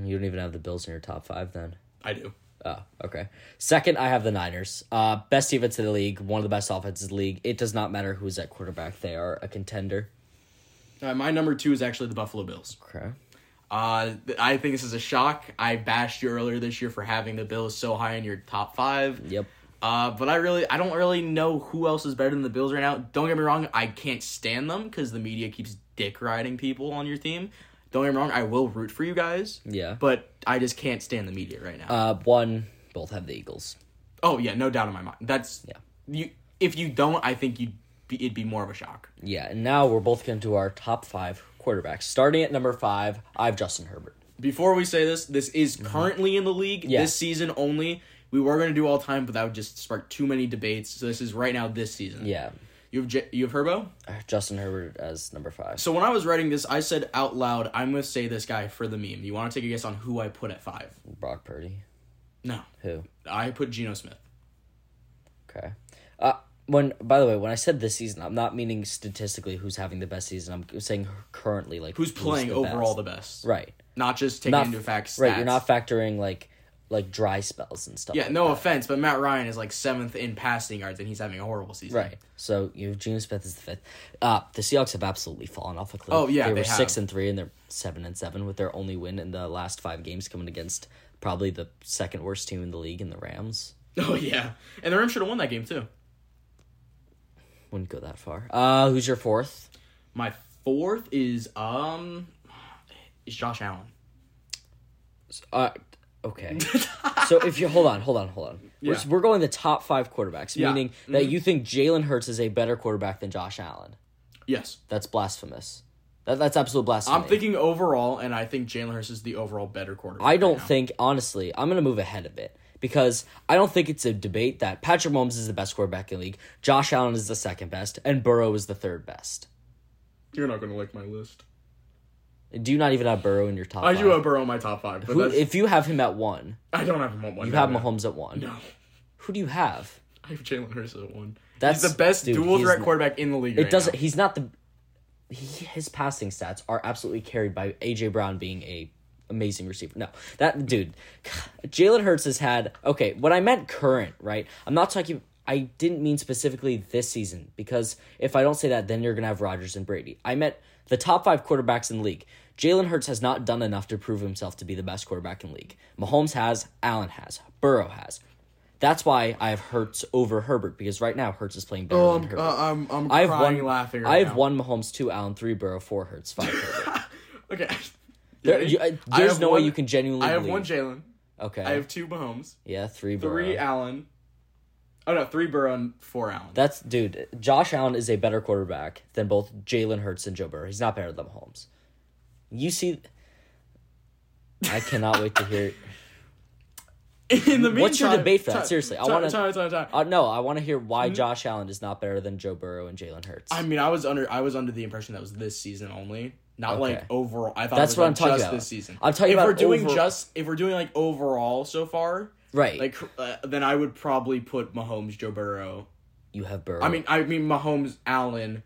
You don't even have the Bills in your top five then.
I do.
Oh, okay. Second, I have the Niners. Uh, best defense in the league, one of the best offenses in the league. It does not matter who's at quarterback; they are a contender.
Uh, my number two is actually the Buffalo Bills.
Okay.
Uh, th- I think this is a shock. I bashed you earlier this year for having the Bills so high in your top five.
Yep.
Uh, but I really, I don't really know who else is better than the Bills right now. Don't get me wrong, I can't stand them because the media keeps dick riding people on your team. Don't get me wrong, I will root for you guys.
Yeah.
But I just can't stand the media right now.
Uh, one, both have the Eagles.
oh yeah, no doubt in my mind. That's yeah. You if you don't, I think you'd be, it'd be more of a shock.
Yeah, and now we're both going to do our top five quarterbacks. Starting at number five, I have Justin Herbert.
before we say this, this is currently in the league
Yeah.
this season only. We were going to do all time, but that would just spark too many debates. So this is right now this season.
Yeah,
You have J- you have Herbo.
I have Justin Herbert as number five.
So when I was writing this, I said out loud, "I'm going to say this guy for the meme." You want to take a guess on who I put at five?
Brock Purdy.
No,
Who?
I put Geno Smith.
Okay. Uh, when by the way, when I said this season, I'm not meaning statistically who's having the best season. I'm saying currently, like
Who's playing
the
overall
best.
the best?
right.
Not just taking
Not-
into fact stats.
Right, you're not factoring like like dry spells and stuff.
Yeah,
like
no offense, but Matt Ryan is like seventh in passing yards, and he's having a horrible season.
Right. So you know, Geno Smith is the fifth. Uh, the Seahawks have absolutely fallen off a cliff.
Oh, yeah,
they,
they
were six
have.
and three, and they're seven and seven with their only win in the last five games coming against probably the second worst team in the league in the Rams.
Oh yeah, and the Rams should have won that game too.
Wouldn't go that far. Uh, who's your fourth?
My fourth is um, is Josh Allen.
Uh, Okay. so if you hold on, hold on, hold on. We're,
Yeah.
we're going the top five quarterbacks,
Yeah. Mm-hmm.
meaning that you think Jalen Hurts is a better quarterback than Josh Allen.
Yes.
That's blasphemous. That, that's absolute blasphemy.
I'm thinking overall, and I think Jalen Hurts is the overall better quarterback.
I don't
right now.
think, honestly, I'm going to move ahead of it because I don't think it's a debate that Patrick Mahomes is the best quarterback in the league, Josh Allen is the second best, and Burrow is the third best.
you're not gonna like my list.
Do you not even have Burrow in your top
I
five?
do have Burrow in my top five, but
Who-
that's,
if you have him at one,
I don't have him at one.
you have
no,
Mahomes at one.
No,
Who do you have?
I have Jalen Hurts at one. That's
That's-
he's the best
dude,
dual
he's
threat
n-
quarterback in the league.
It doesn't. He's not the. He, his passing stats are absolutely carried by AJ Brown being a amazing receiver. No, that dude, Jalen Hurts has had. Okay, what I meant current, right? I'm not talking. I didn't mean specifically this season because if I don't say that, then you're gonna have Rodgers and Brady. I meant the top five quarterbacks in the league. Jalen Hurts has not done enough to prove himself to be the best quarterback in the league. Mahomes has, Allen has, Burrow has. That's why I have Hurts over Herbert because right now Hurts is playing better than Herbert.
Oh, Um, I'm I'm
I have
crying
one
laughing.
I
Right
have
now.
one Mahomes, two Allen, three Burrow, four Hurts, five. Herbert.
Okay.
there, you, I,
I
there's
have
no
one-
way you can genuinely.
I have
believe-
one Jalen.
Okay.
I have two Mahomes,
yeah, three Burrow.
three Allen. Oh no, three Burrow and four Allen.
That's dude. Josh Allen is a better quarterback than both Jalen Hurts and Joe Burrow. He's not better than Mahomes. You see, I cannot wait to hear.
in the meantime,
What's your debate for that? Seriously, I
time-
wanna-
time- time- time.
Uh, no, I want to hear why
Mm-hmm.
Josh Allen is not better than Joe Burrow and Jalen Hurts.
I mean, I was under I was under the impression that was this season only, not like
Okay.
overall. I thought
That's
it was
what
like
I'm talking
just
about.
This season,
I'm talking
if
about
we're doing
over-
just if we're doing like overall so far,
right.
like uh, then I would probably put Mahomes, Joe Burrow.
you have Burrow.
I mean, I mean Mahomes, Allen,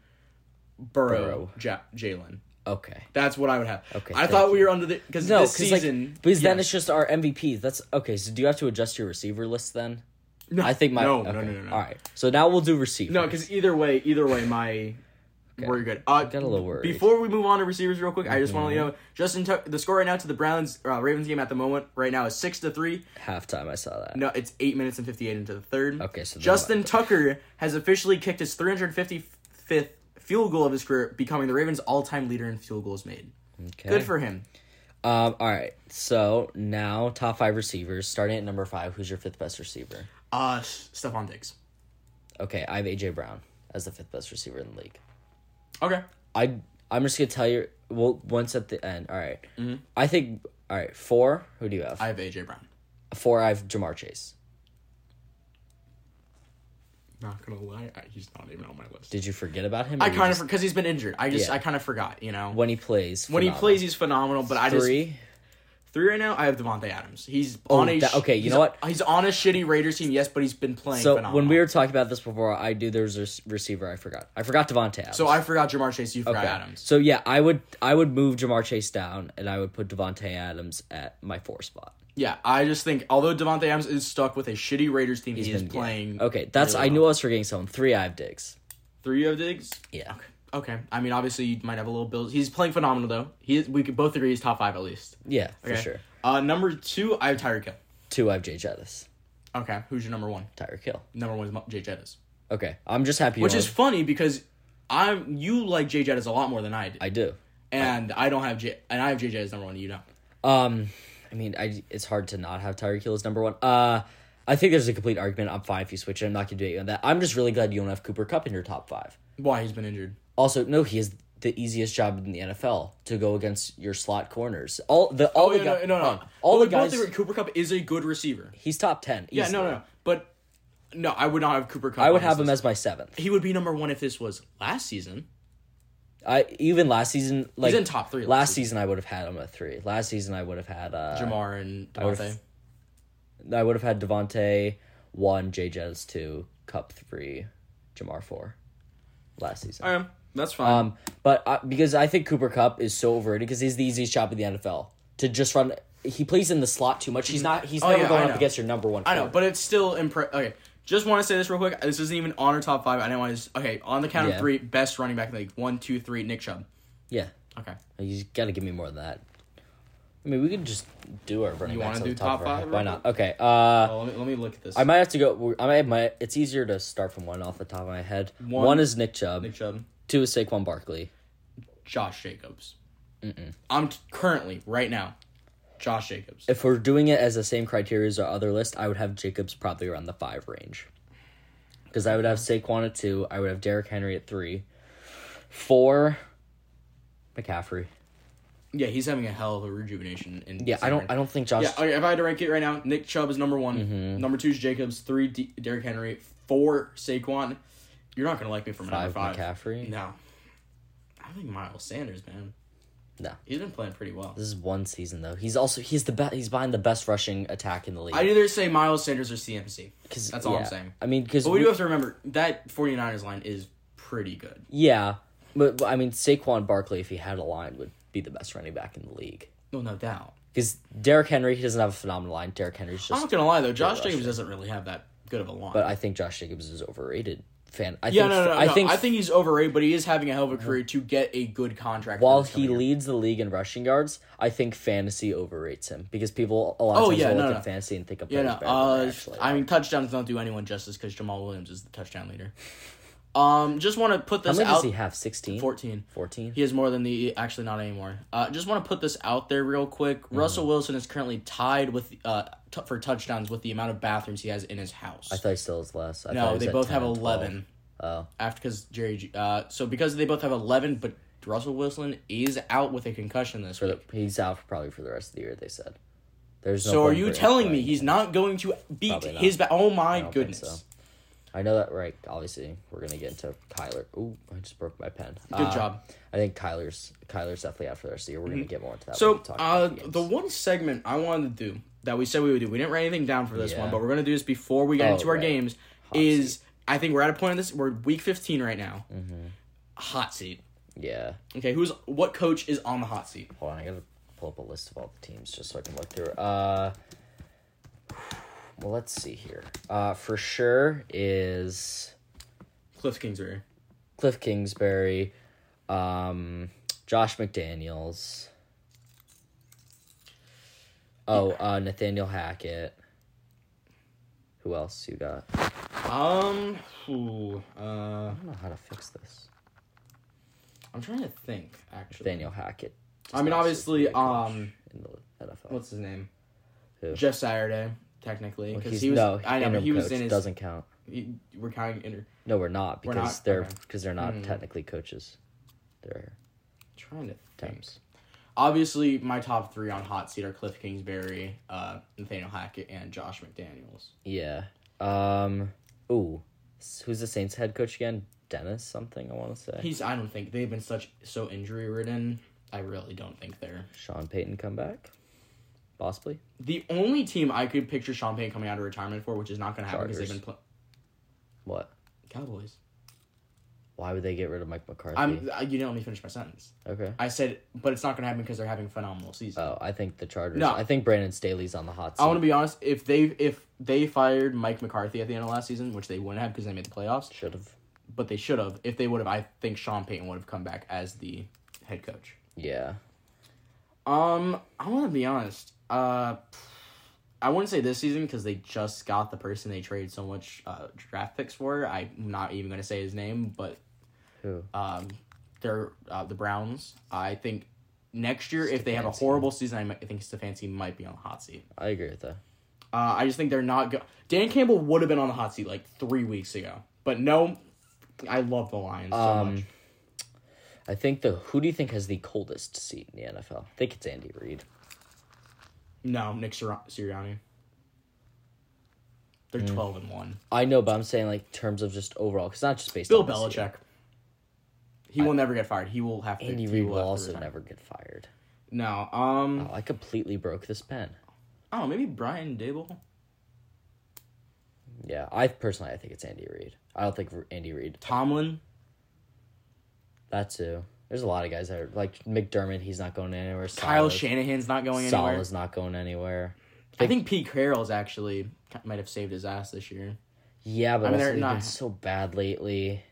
Burrow,
Burrow.
Ja- Jalen.
okay.
That's what I would have.
Okay,
I
thank
thought we
you.
were under the because
No,
this
because like,
season
because then
yes.
it's just our MVPs. That's okay. So do you have to adjust your receiver list then?
No,
I think my
no,
okay.
no, no, no, no.
All right, so now we'll do receiver.
No, because either way, either way, my we're good. Uh,
got a little worried.
Before we move on to receivers, real quick, I just want to let you know Justin. Tuck the score right now to the Browns uh, Ravens game at the moment right now is six to three.
halftime, I saw that.
No, it's eight minutes and fifty eight into the third.
Okay, so then
Justin Tucker has officially kicked his three hundred fifty fifth field goal of his career, becoming the Ravens all time leader in field goals made.
Okay.
Good for him.
Um. All right. So now top five receivers. Starting at number five, who's your fifth best receiver?
Uh, Stephon Diggs.
Okay, I have AJ Brown as the fifth best receiver in the league.
Okay.
I I'm just gonna tell you. Well, once at the end. All right. I think. All right. Four. Who do you have?
Mm-hmm. I have AJ Brown.
four. I have Jamar Chase.
Not gonna lie, I, he's not even on my list.
Did you forget about him? or
I
you
kind
just-
of because he's been injured. I just
Yeah.
I kind of forgot. You know.
when he plays.
When he
phenomenal.
plays, he's phenomenal. But I just
three. Oh,
three right now. I have Devonte Adams. He's on a
that-
sh-
okay, you
he's-
know what?
He's on a shitty Raiders team, yes, but he's been playing.
So
phenomenal.
when we were talking about this before, I do there's a s- receiver I forgot. I forgot Devontae Adams.
so I forgot Jamar Chase. You forgot Adams.
So yeah, I would I would move Jamar Chase down and I would put Devontae Adams at my four spot.
Yeah, I just think although Devonte Adams is stuck with a shitty Raiders team, he is
been- yeah.
playing.
Okay, that's
really
I knew I was forgetting someone. Three I have Diggs.
Three of digs.
Yeah.
Okay, I mean obviously you might have a little Bills. He's playing phenomenal though. He is, we could both agree he's top five at least.
Yeah, for
Okay.
sure.
Uh, number two, I have Tyreek Hill.
Two I have Jay Jettis.
Okay, who's your number one?
Tyreek Hill.
Number one is Mo- Jay Jettis,
Okay. I'm just happy you
which is
own-
funny because I'm you like Jay Jettis a lot more than I did.
I do.
and I don't have J and I have JJ as number one. You know,
Um I mean I it's hard to not have Tyreek Hill as number one. Uh I think there's a complete argument. I'm fine if you switch it. I'm not gonna debate you on that. I'm just really glad you don't have Cooper Cup in your top five.
why he's been injured.
Also, no, he has the easiest job in the NFL to go against your slot corners. All the all
Oh
the
yeah,
guy-
no, no, no.
all
But
the
we both
guys.
agree Cooper Cup is a good receiver.
He's top ten.
Yeah, no, no, no. But no, I would not have Cooper Cup.
I would have him as my seventh.
he would be number one if this was last season.
I even last season, like
in top three
Last,
last
season. I would have had him at three. Last season, I would have had uh,
Jamar and
would've-
Devontae.
I would have had Devonte one, Jay Jettis two, Cup three, Jamar four. Last season,
Okay, that's fine.
um, but I, because I think Cooper Cup is so overrated because he's the easiest job in the NFL to just run. He plays in the slot too much. He's not. He's never
Oh, yeah,
going
I
up
know.
against your number one.
I know, but it's still impre Okay, just want to say this real quick. This isn't even on our top five. I didn't want to. Okay, on the count
Yeah.
of three, best running back in the league. One, two, three. Nick Chubb.
Yeah,
Okay,
you got to give me more than that. I mean, we could just do our running
You wanna
backs on
do
the top,
top
of our
five
head.
real
Why not? Okay. Uh,
well, let me, let me look at this.
I might have to go. I might. might it's easier to start from one off the top of my head. One, is Nick Chubb.
Nick Chubb,
Two is Saquon Barkley.
Josh Jacobs. I'm t- currently right now Josh Jacobs.
If we're doing it as the same criteria as our other list, I would have Jacobs probably around the five range. Because I would have Saquon at two. I would have Derrick Henry at three. Four, McCaffrey.
Yeah, he's having a hell of a rejuvenation. In
Yeah, I don't. Mm-hmm. I don't think Josh.
Yeah, okay, if I had to rank it right now, Nick Chubb is number one. Number two is Jacobs. Three, D- Derrick Henry. Four, Saquon. You're not gonna like me for my
five,
number five.
McCaffrey.
No, I think Miles Sanders, man.
No.
he's been playing pretty well.
This is one season though. He's also he's the best. He's behind the best rushing attack in the league.
I'd either say Miles Sanders or CMC.
'Cause-
That's all I'm
yeah.
saying.
I mean, because
But we do have to remember that 49ers line is pretty good.
yeah, but, but, I mean Saquon Barkley, if he had a line, would be the best running back in the league.
No, no doubt.
Because Derrick Henry, he doesn't have a phenomenal line. Derrick Henry's
I'm
just,
not gonna lie though, Josh
rush
Jacobs doesn't really have that good of a line.
but I think Josh Jacobs is overrated. Fan, I
yeah,
think,
no, no, no,
I think,
I think he's overrated, but he is having a hell of a career to get a good contract. for
while
this
he
coming year.
leads the league in rushing yards, I think fantasy overrates him because people a lot
Oh,
of times
yeah,
will
no,
look
no.
at fantasy and think of
Yeah,
players
no,
better than they
uh,
actually.
I mean touchdowns don't do anyone justice because Jamal Williams is the touchdown leader. Um, just want to put
How
this
many
out.
does he have? 16?
Fourteen.
14?
He has more than the actually not anymore. Uh, just want to put this out there real quick.
Mm-hmm.
Russell Wilson is currently tied with uh t- for touchdowns with the amount of bathrooms he has in his house.
I thought he still has less. I thought he
no,
was
they
at
both have
10, 12.
eleven.
Oh.
After because Jerry, G- uh, so because they both have eleven, but Russell Wilson is out with a concussion this
For
week.
the, he's out for probably for the rest of the year. They said. There's no
So are
point
you
for him
telling me
playing.
he's not going to beat
Probably not.
his? Ba- oh my
don't think
goodness.
so. I know that right. Obviously, we're gonna get into Kyler. Ooh, I just broke my pen. Uh,
Good job. Mm-hmm.
I think Kyler's Kyler's definitely out for the rest of the year. We're gonna get more into that.
So
when we talk
uh,
about games.
the one segment I wanted to do that we said we would do, we didn't write anything down for this one,
Yeah.
but we're gonna do this before we get
Oh,
into our
right.
games. is I think we're at a point in this. We're week fifteen right now.
Mm-hmm.
Hot seat.
yeah.
Okay, who's what coach is on the hot seat?
Hold on, I gotta pull up a list of all the teams just so I can look through. Uh, well, let's see here. Uh, for sure is
Cliff Kingsbury.
Cliff Kingsbury, um, Josh McDaniels. Oh, uh, Nathaniel Hackett. Who else you got? I
Um, ooh, uh,
don't know how to fix this.
I'm trying to think. Actually,
Nathaniel Hackett.
I mean,
Just
obviously,
a coach
um,
in the NFL.
what's his name?
Who?
Jeff Saturday, technically,
Well,
because
he's-
he was.
no,
I know but
interim
he was
coach
in his.
doesn't count.
he- we're counting inter.
No, we're not
We're
because
not?
they're
Okay. Hmm.
because they're not technically coaches. They're
Trying to think.
temps.
Obviously, my top three on hot seat are Cliff Kingsbury, uh, Nathaniel Hackett, and Josh McDaniels.
Yeah. Um. Ooh. S- Who's the Saints head coach again? Dennis something. I want to say.
He's. I don't think they've been such so injury ridden. I really don't think they're
Sean Payton come back? Possibly.
the only team I could picture Sean Payne coming out of retirement for, which is not going to happen because they've
Chargers.
been pl-
What?
Cowboys.
Why would they get rid of Mike McCarthy?
I'm. I- You didn't let me finish my sentence.
okay.
I said, but it's not going to happen because they're having a phenomenal season.
Oh, I think the Chargers.
No.
I think Brandon Staley's on the hot seat.
I want to be honest. If they if they fired Mike McCarthy at the end of last season, which they wouldn't have because they made the playoffs,
Should have.
but they should have. If they would have, I think Sean Payton would have come back as the head coach.
Yeah.
Um, I want to be honest. Uh, I wouldn't say this season because they just got the person they traded so much uh, draft picks for. I'm not even gonna say his name, but
Who?
um, they're uh, the Browns. I think next year if they have a
Stefanski.
horrible season, I, might, I think Stefanski might be on the hot seat.
I agree with that.
Uh, I just think they're not go- Dan Campbell would have been on the hot seat like three weeks ago, but no. I love the Lions so
Um,
much.
I think the who do you think has the coldest seat in the NFL? I think it's Andy Reid.
No, Nick Sir- Sirianni. They're
Hmm.
twelve and one.
I know, but I'm saying like in terms of just overall, because not just based
Bill
on this year.
Belichick. He will never get fired. He will have to.
Andy
he
Reid
will
will
have to
also
retire.
never get fired.
No. Um.
Oh, I completely broke this pen.
Oh, maybe Brian Dable.
Yeah, I personally I think it's Andy Reid. I don't think R- Andy Reid.
Tomlin.
That too. There's a lot of guys that are like McDermott. He's not going anywhere.
Kyle
Salah-
Shanahan's not going anywhere.
Salah's not going anywhere.
I think Pete Carroll's actually might have saved his ass this year.
Yeah, but
I mean,
also
they're
they've been
not-
so bad lately.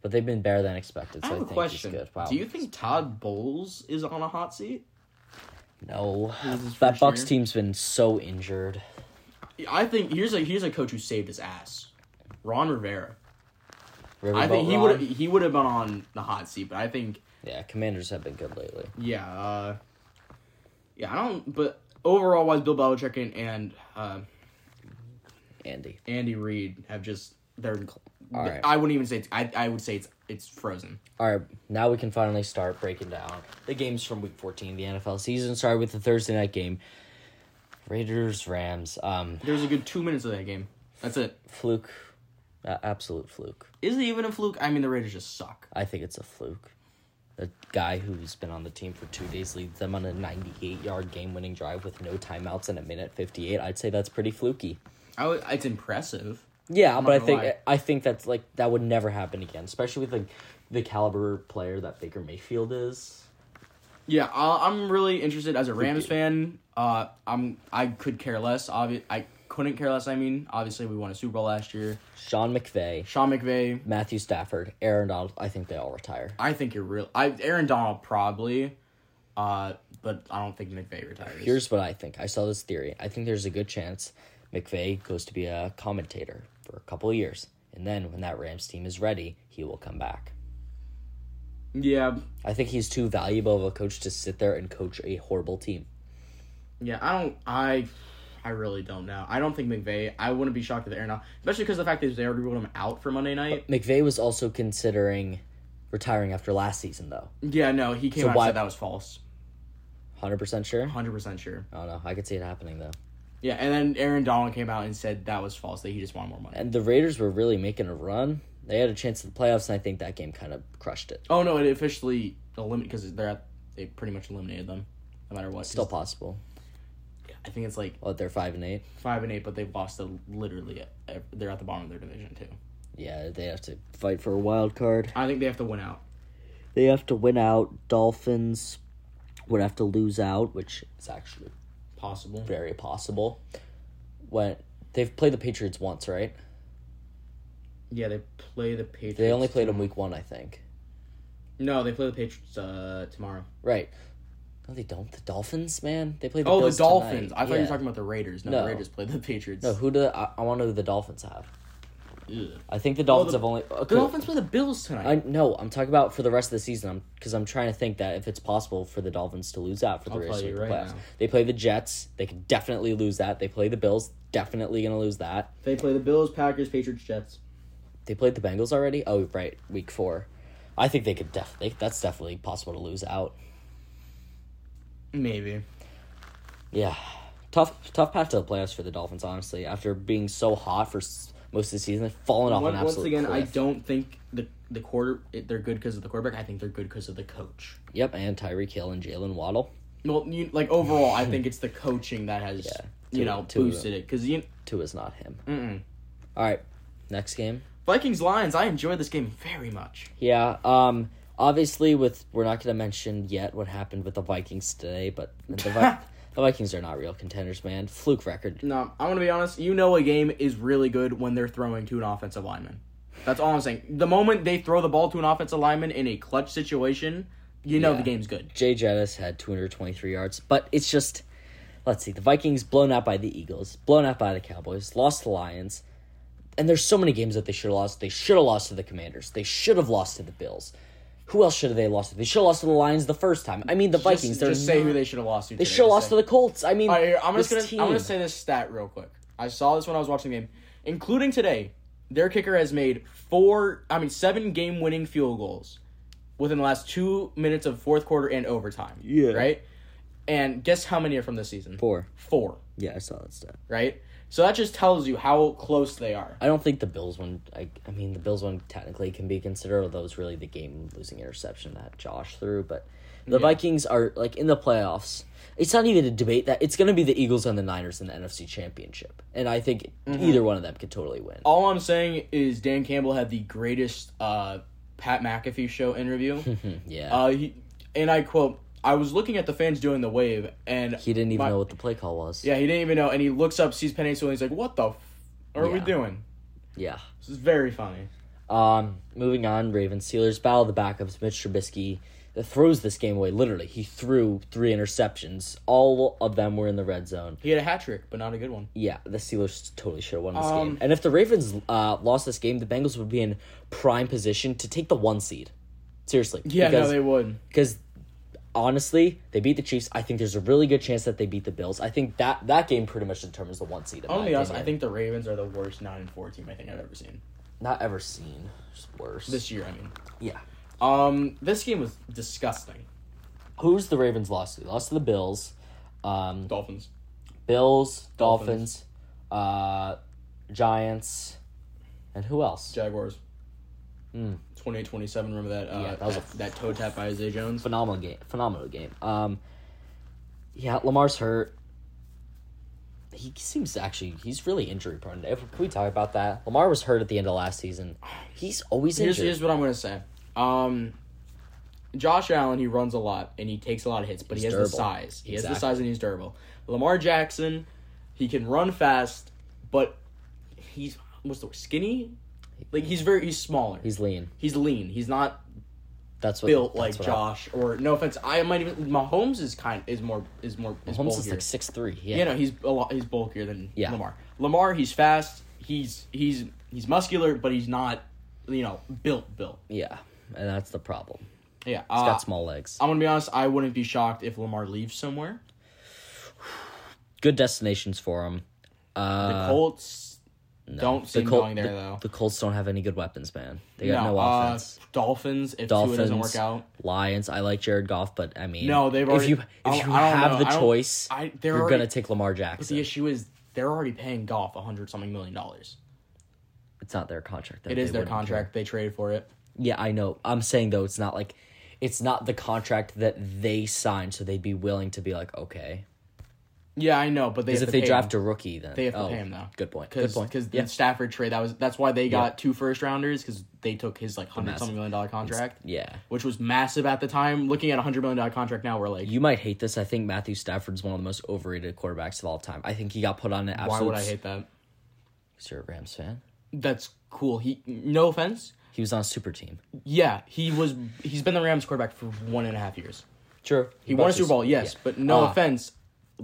But they've been better than expected.
I
So I,
have a
think he's
question.
good. Wow.
Do you think Todd Bowles is on a hot seat?
No,
This is
that
first year.
Bucks team's been so injured.
I think here's a here's a coach who saved his ass. Ron Rivera. I
Riverboat
think he
Ron-
would he would have been on the hot seat, but I think
Yeah, Commanders have been good lately.
yeah. Uh, Yeah, I don't. But overall, wise, Bill Belichick and and uh,
Andy.
Andy Reid have just they're.
All right.
I wouldn't even say it's, I. I would say it's it's frozen.
All right, now we can finally start breaking down the games from Week 14 of the NFL season. Started with the Thursday night game, Raiders Rams. Um,
There was a good two minutes of that game. That's it.
fluke, uh, absolute fluke.
Is it even a fluke? I mean, the Raiders just suck.
I think it's a fluke. The guy who's been on the team for two days leads them on a 98 yard game winning drive with no timeouts in a minute 58. I'd say that's pretty fluky.
I would, it's impressive.
Yeah, but I
gonna
think
lie.
I think that's like that would never happen again, especially with like the caliber player that Baker Mayfield is.
Yeah, I, I'm really interested as a Rams fan. Uh, I'm I could care less. Obvi- I couldn't care less. I mean, obviously we won a Super Bowl last year.
Sean McVay,
Sean McVay.
Matthew Stafford, Aaron Donald. I think they all retire.
I think you're real. I Aaron Donald probably, uh, but I don't think McVay retires.
Here's what I think. I saw this theory. I think there's a good chance McVay goes to be a commentator for a couple of years, and then when that Rams team is ready, he will come back.
yeah,
I think he's too valuable of a coach to sit there and coach a horrible team.
yeah. I don't. I, I really don't know. I don't think McVay. I wouldn't be shocked if Aaron Donald, especially because the fact is they already ruled him out for Monday night.
McVay was also considering retiring after last season, though.
Yeah, no, he came out
why-
and said that was false.
Hundred percent sure.
Hundred percent sure.
I don't know. I could see it happening though.
Yeah, and then Aaron Donald came out and said that was false. That he just wanted more money.
And the Raiders were really making a run. They had a chance at the playoffs, and I think that game kind of crushed it.
Oh no, it officially eliminated because they're at, they pretty much eliminated them, no matter what.
Still possible.
I think it's like
Well, they're five and eight.
five and eight, but they've lost to literally. ev- They're at the bottom of their division too.
Yeah, they have to fight for a wild card.
I think they have to win out.
They have to win out. Dolphins would have to lose out, which is actually
Possible.
very possible. When they've played the Patriots once, right?
Yeah, they play the Patriots.
They only played them week one, I think.
No, they play the Patriots uh, tomorrow.
Right? No, they don't. The Dolphins, man. They played. The
Oh,
Bills
the Dolphins.
tonight.
I thought you
Yeah.
were talking about the Raiders. No,
No.
the Raiders play the Patriots.
No, who do I, I want to know who the Dolphins have?
Ugh.
I think the Dolphins
the-
have only.
The
Okay,
Dolphins play the Bills tonight.
I no, I'm talking about for the rest of the season. I'm because I'm trying to think that if it's possible for the Dolphins to lose out for the
I'll
rest
tell
of
you
the
right
playoffs,
now.
they play the Jets. They could definitely lose that. They play the Bills. Definitely gonna lose that.
They play the Bills, Packers, Patriots, Jets.
They played the Bengals already. Oh right, week four. I think they could def. They, that's definitely possible to lose out.
Maybe.
Yeah, tough tough path to the playoffs for the Dolphins. Honestly, after being so hot for s- most of the season, they've fallen off
Once,
an
once
absolute.
again, I
cliff.
don't think the the quarter it- they're good because of the quarterback. I think they're good because of the coach.
Yep, and Tyreek Hill and Jalen Waddle.
Well, you, like overall, I think it's the coaching that has
two-
you know
two of
boosted it because you
Two is not him.
mm-mm.
All right, next game.
Vikings Lions. I enjoyed this game very much.
Yeah. Um. Obviously, with we're not going to mention yet what happened with the Vikings today, but the, Vi- the Vikings are not real contenders, man. Fluke record.
No, I'm gonna be honest. You know, a game is really good when they're throwing to an offensive lineman. That's all I'm saying. The moment they throw the ball to an offensive lineman in a clutch situation, you know the game's good.
Jay Jettis had 223 yards, but it's just let's see. The Vikings blown out by the Eagles, blown out by the Cowboys, lost to the Lions. And there's so many games that they should have lost. They should have lost to the Commanders. They should have lost to the Bills. Who else should have they lost to? They should have lost to the Lions the first time. I mean, the Vikings.
Just,
they're
just say
not-
who they should have lost to.
They should have lost to the Colts. I mean,
All right, here, I'm just
this
gonna I'm gonna
team.
say this stat real quick. I saw this when I was watching the game, including today. Their kicker has made four, I mean, seven game-winning field goals within the last two minutes of fourth quarter and overtime.
Yeah.
right. And guess how many are from this season?
four.
Four.
Yeah, I saw that stat.
Right. So that just tells you how close they are.
I don't think the Bills one. I, I mean, the Bills one technically can be considered, although it's really the game losing interception that Josh threw. But the Vikings are like in the playoffs. It's not even a debate that it's going to be the Eagles and the Niners in the NFC Championship, and I think
Mm-hmm.
either one of them could totally win.
All I'm saying is Dan Campbell had the greatest uh, Pat McAfee show interview.
Yeah,
uh, he, and I quote: "I was looking at the fans doing the wave, and
he didn't even
my-
know what the play call was.
Yeah, he didn't even know. And he looks up, sees Penny Sewell, and he's like, "What the f- are we
Yeah.
doing?"
yeah.
This is very funny.
Um, moving on, Ravens Steelers battle of the backups. Mitch Trubisky uh, throws this game away. Literally, he threw three interceptions. All of them were in the red zone.
He had a hat trick, but not a good one.
Yeah, the Steelers totally should have won this
Um,
game. And if the Ravens uh, lost this game, the Bengals would be in prime position to take the one seed. Seriously.
Yeah,
because,
no, they would.
because honestly, they beat the Chiefs. I think there's a really good chance that they beat the Bills. I think that that game pretty much determines the one seed. in
I'm
my
gonna be honest. I
opinion.
think the Ravens are the worst nine and four team I think I've ever seen
not ever seen. Just worse.
this year. I mean,
yeah.
um, this game was disgusting.
Who's the Ravens lost to? They lost to the Bills, um,
Dolphins.
Bills, Dolphins,
Dolphins.
uh, Giants, and who else?
Jaguars.
Mm.
28-27, remember Hmm. that uh,
Yeah, that was a-
that, that toe tap by Isaiah Jones?
phenomenal game. Phenomenal game. Um, yeah, Lamar's hurt. He seems to actually he's really injury prone. If, can we talk about that? Lamar was hurt at the end of last season. He's always
Here's,
injured.
here's what I'm gonna say. Um, Josh Allen, he runs a lot and he takes a lot of hits, but
He's
he has
durable.
the size. He has the
Exactly.
size and he's durable. Lamar Jackson, he can run fast, but he's what's the word? Skinny? Like he's very he's smaller. He's,
he's lean.
lean. He's not
That's what
built
that's
like
what I-
Josh or no offense. I might even Mahomes is kind is more is more is
Holmes is
bulkier.
like six three. Yeah.
You know, he's a lot. He's bulkier than
Yeah.
Lamar. Lamar, he's fast. He's he's he's muscular, but he's not, you know, built built.
yeah, and that's the problem.
Yeah,
He's
uh,
got small legs.
I'm gonna be honest. I wouldn't be shocked if Lamar leaves somewhere.
Good destinations for him.
The
Uh,
Colts don't seem
Col-
going there
the-
though.
The Colts don't have any good weapons, man. They got no,
uh,
offense.
Dolphins. If Tua doesn't
Dolphins,
work out,
Lions. I like Jared Goff, but I mean,
No, they've
If
already-
you if
I
you
don't- I don't
have
know.
the
I don't-
choice,
I they're
you're
already,
gonna take Lamar
The
Jackson.
issue is they're already paying Goff a hundred something million dollars.
it's not their contract.
It is their contract. They traded for it.
Yeah, I know. I'm saying though, it's not like it's not the contract that they signed, so they'd be willing to be like, okay,
Yeah, I know, but they
because
have
if
to
they
pay
draft
him.
a rookie, then
They have to
oh,
pay him, though.
Good point. Good
Cause,
point.
'cause
yeah.
the Stafford trade that was that's why they got two first rounders because they took his like hundred
massive-
something million dollar contract,
yeah.
which was massive at the time. Looking at a hundred million dollar contract now, we're like,
You might hate this. I think Matthew Stafford's one of the most overrated quarterbacks of all time. I think he got put on an absolute.
why would I hate that?
'cause you're a Rams fan.
That's cool. He no offense,
He was on a super team.
yeah, he was. He's been the Rams quarterback for one and a half years.
Sure.
He won a Super Bowl, yes, but no
Ah,
offense,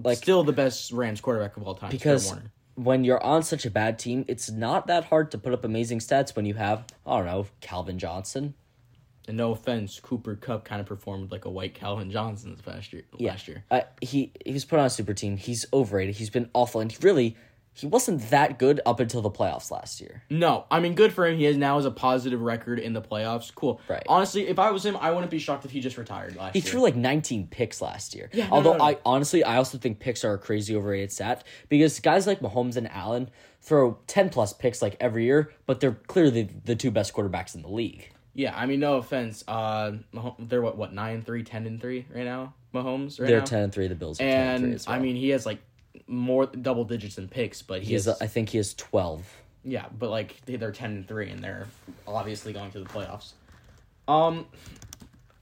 like still the best Rams quarterback of all time. Fred
because
Warner.
when you're on such a bad team, it's not that hard to put up amazing stats when you have, I don't know, Calvin Johnson.
and no offense, Cooper Cup kind of performed like a white Calvin Johnson this past year. Last year,
Uh, he he was put on a super team. He's overrated. He's been awful and he really he wasn't that good up until the playoffs last year.
No, I mean, good for him. He has now has a positive record in the playoffs. Cool.
Right.
Honestly, if I was him, I wouldn't be shocked if he just retired last
He
year.
threw like 19 picks last year.
no,
Although
no, no.
I honestly I also think picks are a crazy overrated stat because guys like Mahomes and Allen throw 10 plus picks like every year, but they're clearly the two best quarterbacks in the league.
yeah, I mean, no offense. Uh, Mahom- they're what what nine and three, ten and three right now. Mahomes right
They're
now.
10 and 3 the Bills are 10 and 3
And
as well.
I mean, he has like more double digits in picks, but he
he has,
is
I think he has 12.
yeah, but like they- they're ten and three, and they're obviously going to the playoffs. Um,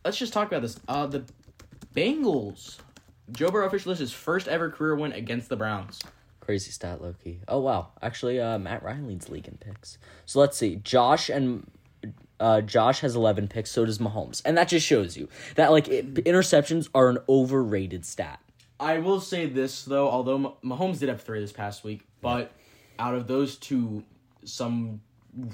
let's just talk about this. Uh, the Bengals. Joe Burrow officially lists his first ever career win against the Browns.
Crazy stat, Loki. Oh wow, actually, uh, Matt Ryan leads the league in picks. So let's see. Josh and uh, Josh has eleven picks. So does Mahomes, and that just shows you that like it, interceptions are an overrated stat.
I will say this though, although Mah- Mahomes did have three this past week, but out of those two, some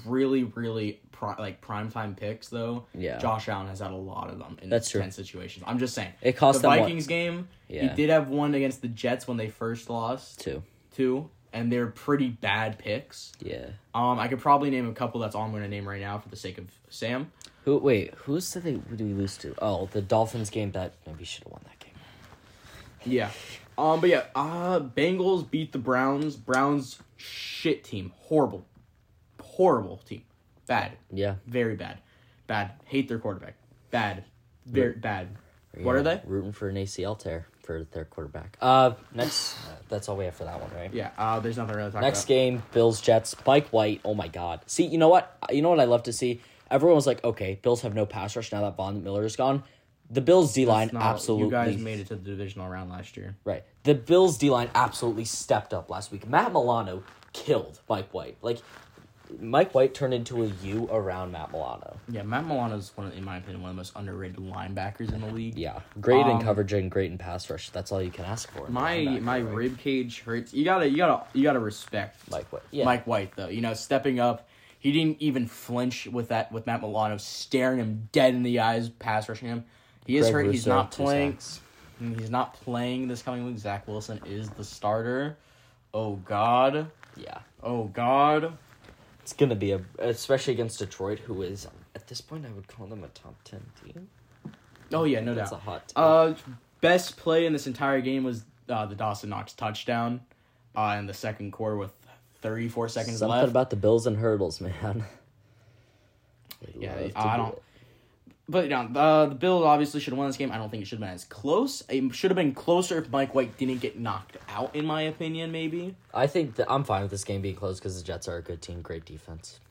really, really pri- like primetime picks though.
Yeah.
Josh Allen has had a lot of them in
That's true.
tense situations. I'm just saying.
It cost
the
them what-
Vikings game.
Yeah.
He did have one against the Jets when they first lost
Too.
two, and they're pretty bad picks.
Yeah.
Um, I could probably name a couple. That's all I'm going to name right now for the sake of Sam.
Who? Wait. Who's did they? Who do we lose to? Oh, the Dolphins game. That maybe should have won that game.
Yeah. Um, but yeah, uh Bengals beat the Browns. Browns shit team. Horrible. Horrible team. Bad.
Yeah.
Very bad. Bad. Hate their quarterback. Bad. Very bad. What
Yeah,
are they?
Rooting for an ACL tear for their quarterback. Uh, next. uh, that's all we have for that one, right?
Yeah, uh there's nothing really to talk
Next
about.
game, Bills Jets. Mike White. Oh my God. See, you know what? You know what I love to see. Everyone was like, okay, Bills have no pass rush now that Von Miller is gone. The Bills D line
It's not-
absolutely
You guys made it to the divisional round last year.
right. The Bills D line absolutely stepped up last week. Matt Milano killed Mike White. Like Mike White turned into a U around Matt Milano.
Yeah, Matt Milano's one of, in my opinion, one of the most underrated linebackers in the league.
Yeah, great in
Um,
coverage and great in pass rush. That's all you can ask for.
My
Linebacker,
my
right?
rib cage hurts. You gotta you gotta you gotta respect
Mike White. Yeah.
Mike White though. You know, stepping up. He didn't even flinch with that with Matt Milano staring him dead in the eyes, pass rushing him. He is
Greg
hurt. he's
Russo,
not
two
playing. Mm,
sacks.
He's not playing this coming week. Zach Wilson is the starter. Oh God.
Yeah,
Oh God.
it's gonna be a especially against Detroit, who is at this point I would call them a top ten team.
Oh yeah, no
That's
doubt.
a hot. Team.
Uh, best play in this entire game was uh, the Dawson Knox touchdown, uh, in the second quarter with thirty four seconds
Something
left.
about the Bills and hurdles, man. They
Yeah,
love to
I
do
don't-
it.
But you know, the the Bills obviously should have won this game. I don't think it should have been as close. It should have been closer if Mike White didn't get knocked out, in my opinion, maybe.
I think that I'm fine with this game being close because the Jets are a good team, great defense.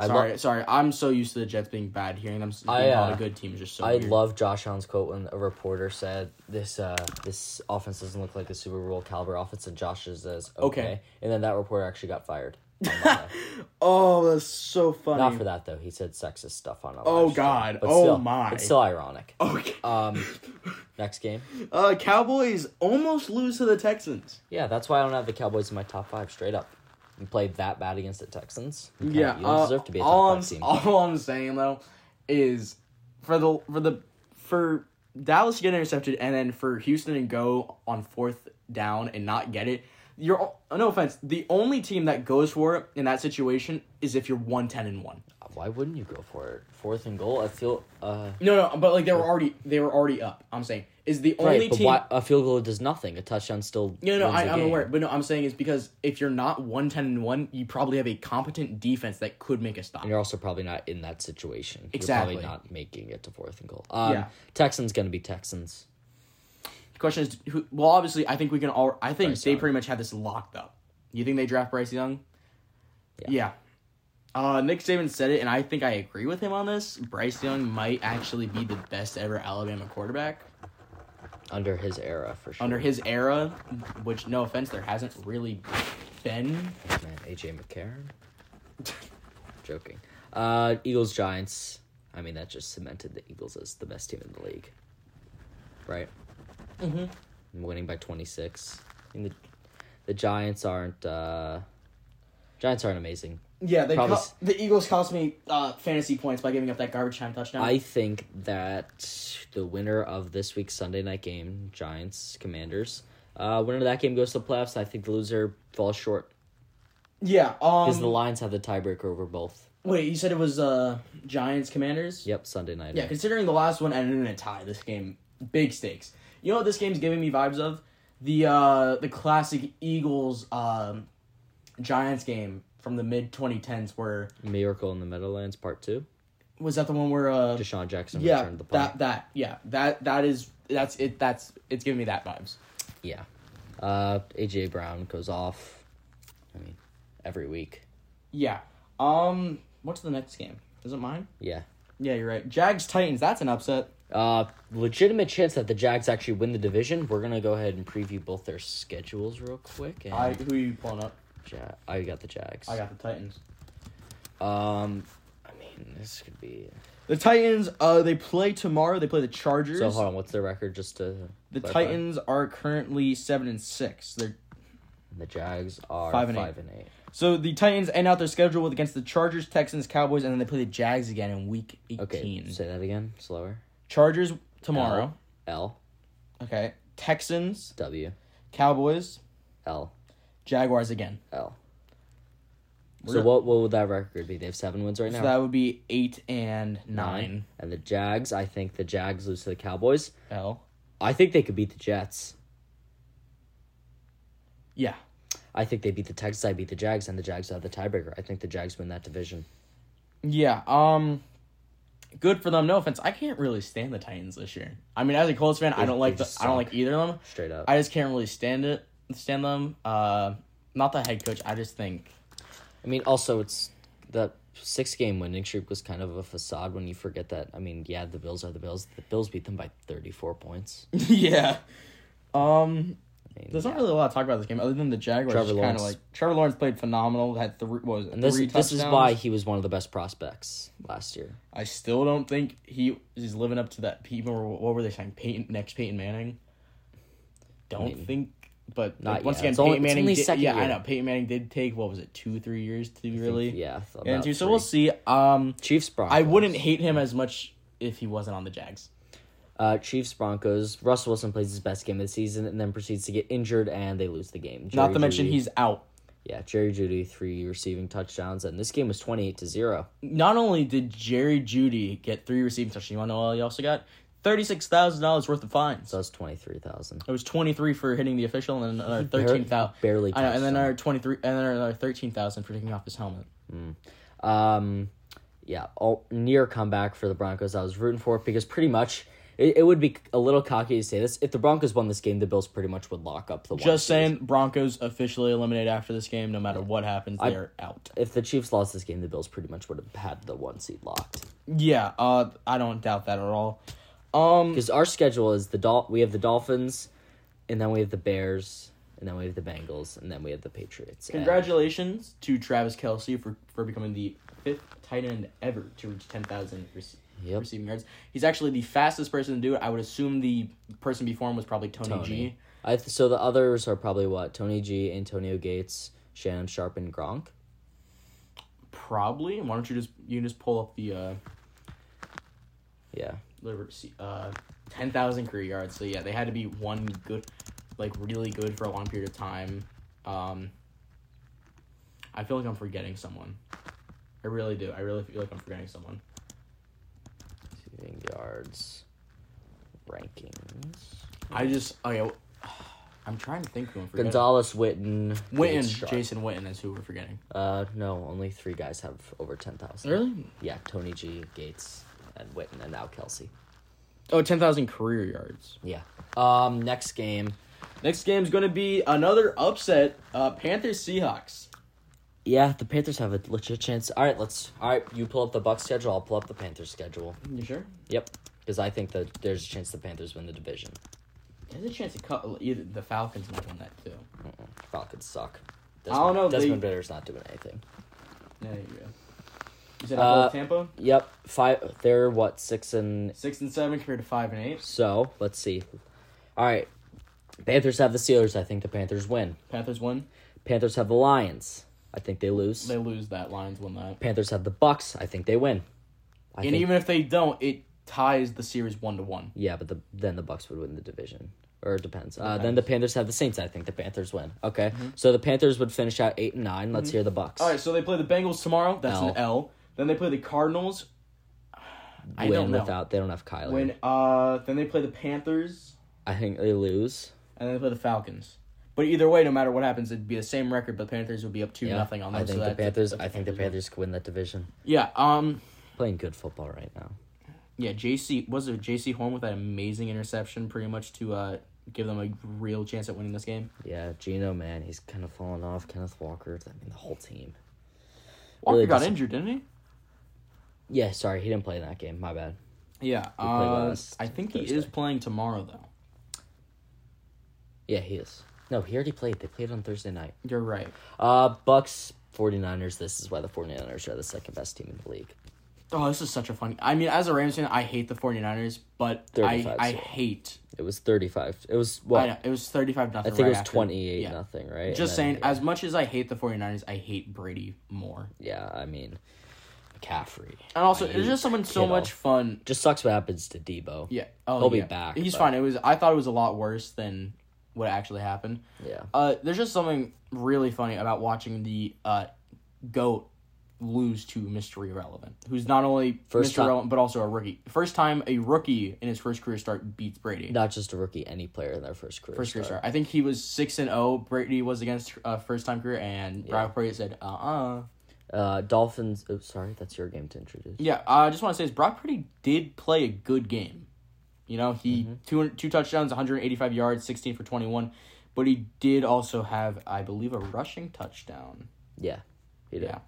I
sorry,
love
sorry. I'm so used to the Jets being bad. Hearing them s- being
I,
not
uh,
a good team is just so.
I
weird.
love Josh Allen's quote when a reporter said this uh this offense doesn't look like a Super Bowl caliber offense, and Josh says okay,
Okay.
and then that reporter actually got fired. on that day.
Oh, that's so funny.
Not for that though. He said sexist stuff on. a
Oh,
live stream.
God.
But
Oh,
still,
my. Oh.
It's still ironic.
Okay.
Um, next game.
Uh, Cowboys almost lose to the Texans.
Yeah, that's why I don't have the Cowboys in my top five straight up. You played that bad against the Texans. You kinda-
Yeah,
you
uh,
don't deserve to be a
all
top
I'm
five team.
all I'm saying though is for the for the for Dallas to get intercepted and then for Houston to go on fourth down and not get it. You're o- no offense. The only team that goes for it in that situation is if you're one ten and one.
Why wouldn't you go for it? Fourth and goal. I feel. Uh,
No, no, but like they were already they were already up. I'm saying is the only
right, but
team.
why, a field goal does nothing. A touchdown still.
No, no,
wins
I,
the
I'm
game.
aware, but no, I'm saying is because if you're not one ten and one, you probably have a competent defense that could make a stop.
And you're also probably not in that situation.
Exactly.
You're probably not making it to fourth and goal. Um,
Yeah.
Texans gonna be Texans.
The question is, who, well, obviously, I think we can all. I think
Bryce
they
Young.
pretty much have this locked up. You think they draft Bryce Young? Yeah.
Yeah.
Uh, Nick Saban said it, and I think I agree with him on this. Bryce Young might actually be the best ever Alabama quarterback
Under his era for sure.
under his era, which, no offense, there hasn't really been.
man, AJ McCarron. Joking. Uh, Eagles Giants. I mean that just cemented the Eagles as the best team in the league. Right. Mm-hmm. Winning by twenty six. And the the Giants aren't. Uh, Giants aren't amazing.
Yeah, they
Probably co- s-
the Eagles cost me uh, fantasy points by giving up that garbage time touchdown.
I think that the winner of this week's Sunday night game, Giants Commanders, uh, winner of that game goes to the playoffs. I think the loser falls short
yeah.
because
Um.
the Lions have the tiebreaker over both.
wait, you said it was uh Giants Commanders.
Yep, Sunday night.
Yeah, considering the last one ended in a tie, this game big stakes. You know what this game's giving me vibes of? The uh the classic Eagles um Giants game from the mid 2010s where
Miracle in the Meadowlands Part Two.
was that the one where uh
Deshaun Jackson
yeah,
returned the
that
punt.
that yeah, that that is that's it that's it's giving me that vibes.
Yeah, uh, AJ Brown goes off. I mean, every week.
Yeah. Um what's the next game? Is it mine?
Yeah.
Yeah, you're right. Jags Titans, that's an upset.
Uh, legitimate chance that the Jags actually win the division. We're gonna go ahead and preview both their schedules real quick. And
I who are you pulling up?
Ja- I got the Jags.
I got the Titans.
Um, I mean, this could be.
The Titans uh they play tomorrow. They play the Chargers.
So hold on, what's their record? Just to
The
clarify?
Titans are currently seven and six. They're
The Jags are
Five
five
and
and
eight.
eight.
so the Titans end out their schedule with against the Chargers, Texans, Cowboys, and then they play the Jags again in Week
Okay,
eighteen.
say that again, slower.
Chargers tomorrow.
L
Okay. Texans,
W
Cowboys,
L
Jaguars again.
L.
We're-
So what what would that record be? They have seven wins right now.
So that would be eight and nine.
And the Jags, I think the Jags lose to the Cowboys.
L.
I think they could beat the Jets.
Yeah.
I think they beat the Texans. I beat the Jags, and the Jags have the tiebreaker. I think the Jags win that division.
Yeah. Um. Good for them. No offense. I can't really stand the Titans this year. I mean, as a Colts fan, I
They-
don't
they
like the,
just
I don't
suck.
like either of them.
Straight up.
I just can't really stand it. Stand them. Uh, not the head coach. I just think
I mean, also it's the six game winning streak was kind of a facade when you forget that. I mean, yeah, the Bills are the Bills. The Bills beat them by thirty four points. I
yeah. Um,
mean,
there's
yeah.
not really a lot to talk about this game other than the Jaguars.
Trevor
Trevor Lawrence,
Lawrence.
like Trevor Lawrence played phenomenal. Had three, what was it,
And this
three
this is
touchdowns.
why he was one of the best prospects last year.
I still don't think he is living up to that. People, were- what were they saying? Peyton next Peyton Manning. Don't
Maybe.
think, but
Not
like, once
yet.
again,
It's
Peyton
only- it's
Manning.
only
did-
second
yeah, I
year.
know Peyton Manning did take what was it two three years to really
Yeah, th-
get
about
into. So we'll
three.
see. Um,
Chiefs Broncos.
I wouldn't hate him as much if he wasn't on the Jags.
Uh, Chiefs Broncos. Russell Wilson plays his best game of the season and then proceeds to get injured and they lose the game.
Not
Jerry
to mention
Jeudy-
he's out.
yeah Jerry Judy three receiving touchdowns and this game was twenty eight to zero.
Not only did Jerry Judy get three receiving touchdowns, you want to know what he also got? $36,000 worth of fines.
So that's twenty three thousand.
It was 23 for hitting the official and then another
Barely-
13,000.
barely
I know, and then
touched
another 23 and then another 13,000 for taking off his helmet.
Um, yeah, all, near comeback for the Broncos. I was rooting for it because pretty much it, it would be a little cocky to say this. If the Broncos won this game, the Bills pretty much would lock up the one
Just
seed.
saying Broncos officially eliminated after this game no matter what happens they're out.
If the Chiefs lost this game, the Bills pretty much would have had the one seed locked.
Yeah, uh I don't doubt that at all. Um
Because our schedule is the Dol- we have the Dolphins, and then we have the Bears, and then we have the Bengals, and then we have the Patriots. And
congratulations to Travis Kelsey for for becoming the fifth tight end ever to reach 10,000 rec-
Yep.
receiving yards. He's actually the fastest person to do it. I would assume the person before him was probably Tony,
Tony.
G.
I th- so the others are probably what Tony G, Antonio Gates, Shannon Sharp, and Gronk.
Probably. Why don't you just you can just pull up the uh
Yeah.
the rece- uh, 10,000 career yards. So, yeah, they had to be one good, like, really good for a long period of time. Um, I feel like I'm forgetting someone. I really do. I really feel like I'm forgetting someone.
Receiving yards rankings.
I just, okay, I'm trying to think who I'm forgetting.
Gonzalez, Witten, Gates,
Witten,
Sharp.
Jason Witten is who we're forgetting.
Uh, no, only three guys have over ten thousand.
Really?
Yeah, Tony G, Gates, and Witten, and now Kelsey.
Oh, 10,000 career yards.
Yeah. Um, next game.
Next game's going to be another upset uh, Panthers Seahawks.
Yeah, the Panthers have a legit chance. All right, let's. All right, you pull up the Bucks schedule. I'll pull up the Panthers schedule.
You sure?
Yep, because I think that there's a chance the Panthers win the division.
There's a chance to cut, either the Falcons might win that too.
Falcons suck.
I don't know, they-
Desmond Ritter's not doing anything.
Yeah, there you go. You said
Uh,
Tampa?
Yep, five. They're what six and
Six and seven compared to five and eight.
So let's see. All right, Panthers have the Steelers. I think the Panthers win.
Panthers won.
Panthers have the Lions. I think they lose.
They lose that. Lions won that.
Panthers have the Bucks. I think they win. I
and
think,
even if they don't, it ties the series one to one.
yeah, but the, then the Bucks would win the division. Or it depends. Uh, then the Panthers have the Saints. I think the Panthers win. Okay, so the Panthers would finish out eight and nine. Let's hear the Bucks.
Mm-hmm. All right, so they play the Bengals tomorrow. That's
L.
an L. Then they play the Cardinals. I
win
don't know.
without they don't have Kyler.
When uh, then they play the Panthers
I think they lose.
and then they play the Falcons. But either way, no matter what happens, it'd be the same record. But the Panthers would be up two
Yeah,
nothing on them.
I think
so
the
that's-
Panthers.
that's
I think the
Panthers.
Panthers could win that division.
Yeah. Um.
Playing good football right now.
Yeah. JC was it JC Horn with that amazing interception, pretty much to uh give them a real chance at winning this game.
Yeah, Gino, man, he's kind of fallen off. Kenneth Walker, I mean, the whole team.
Walker
Really
got
dis-
injured, didn't he?
Yeah, sorry, he didn't play in that game. My bad.
Yeah,
played
uh,
last
I think he is
Thursday.
playing tomorrow though.
Yeah, he is. No, he already played. They played on Thursday night.
You're right.
Uh, Bucks, 49ers. This is why the 49ers are the second best team in the league.
Oh, this is such a fun. I mean, as a Rams fan, I hate the 49ers, but
35,
I I
so-
hate.
It was 35. It was
I
what?
know, it was 35
I
nothing.
think
right
it was
after.
28
Yeah.
nothing, right?
Just
And
saying,
then-
as much as I hate the 49ers, I hate Brady more.
Yeah, I mean, McCaffrey.
And also,
I
it's just someone so
Kittle.
much fun.
Just sucks what happens to Debo.
Yeah. Oh,
He'll be
yeah.
back,
He's
but-
fine. It was I thought it was a lot worse than what actually happened.
Yeah.
Uh, there's just something really funny about watching the uh, goat lose to Mr. Irrelevant, who's not only
First
Mr.
time-
Irrelevant but also a rookie. First time a rookie in his first career start beats Brady.
Not just a rookie, any player in their first career.
First career
start.
start. I think he was six and zero. Brady was against uh, first time career, and Rob Brady said, "Uh uh."
Uh, Dolphins. Oh, sorry, that's your game to introduce.
Yeah, I just want to say is Brock Purdy did play a good game. You know, he two two touchdowns, 185 yards, 16 for 21, but he did also have, I believe, a rushing touchdown.
Yeah, he did.
Yeah.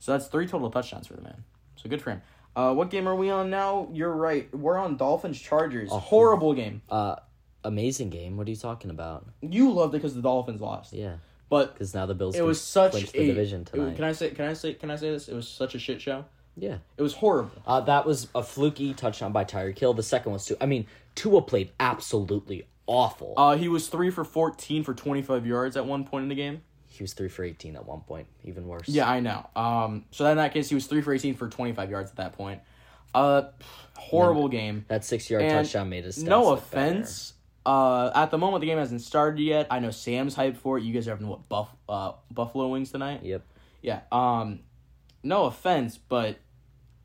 So that's three total touchdowns for the man. So good for him. Uh, what game are we on now? You're right. We're on Dolphins Chargers. Horrible game.
Uh, amazing game. What are you talking about?
You loved it because the Dolphins lost,
Yeah,
but
because now the Bills.
it
can
was such
clinch
a
the division
it was-
tonight.
Can I say? Can I say? Can I say this? It was such a shit show.
yeah,
It was horrible.
uh, that was a fluky touchdown by Tyreek Hill. The second was too. I mean, Tua played absolutely awful.
Uh, he was three for 14 for 25 yards at one point in the game.
he was three for eighteen at one point. Even worse.
Yeah, I know. Um, so in that case, he was three for eighteen for twenty five yards at that point. Uh, horrible game.
That six yard
And
touchdown made us.
No offense. Uh, at the moment, the game hasn't started yet. I know Sam's hyped for it. You guys are having what buff uh, buffalo wings tonight?
Yep.
Yeah. Um, no offense, but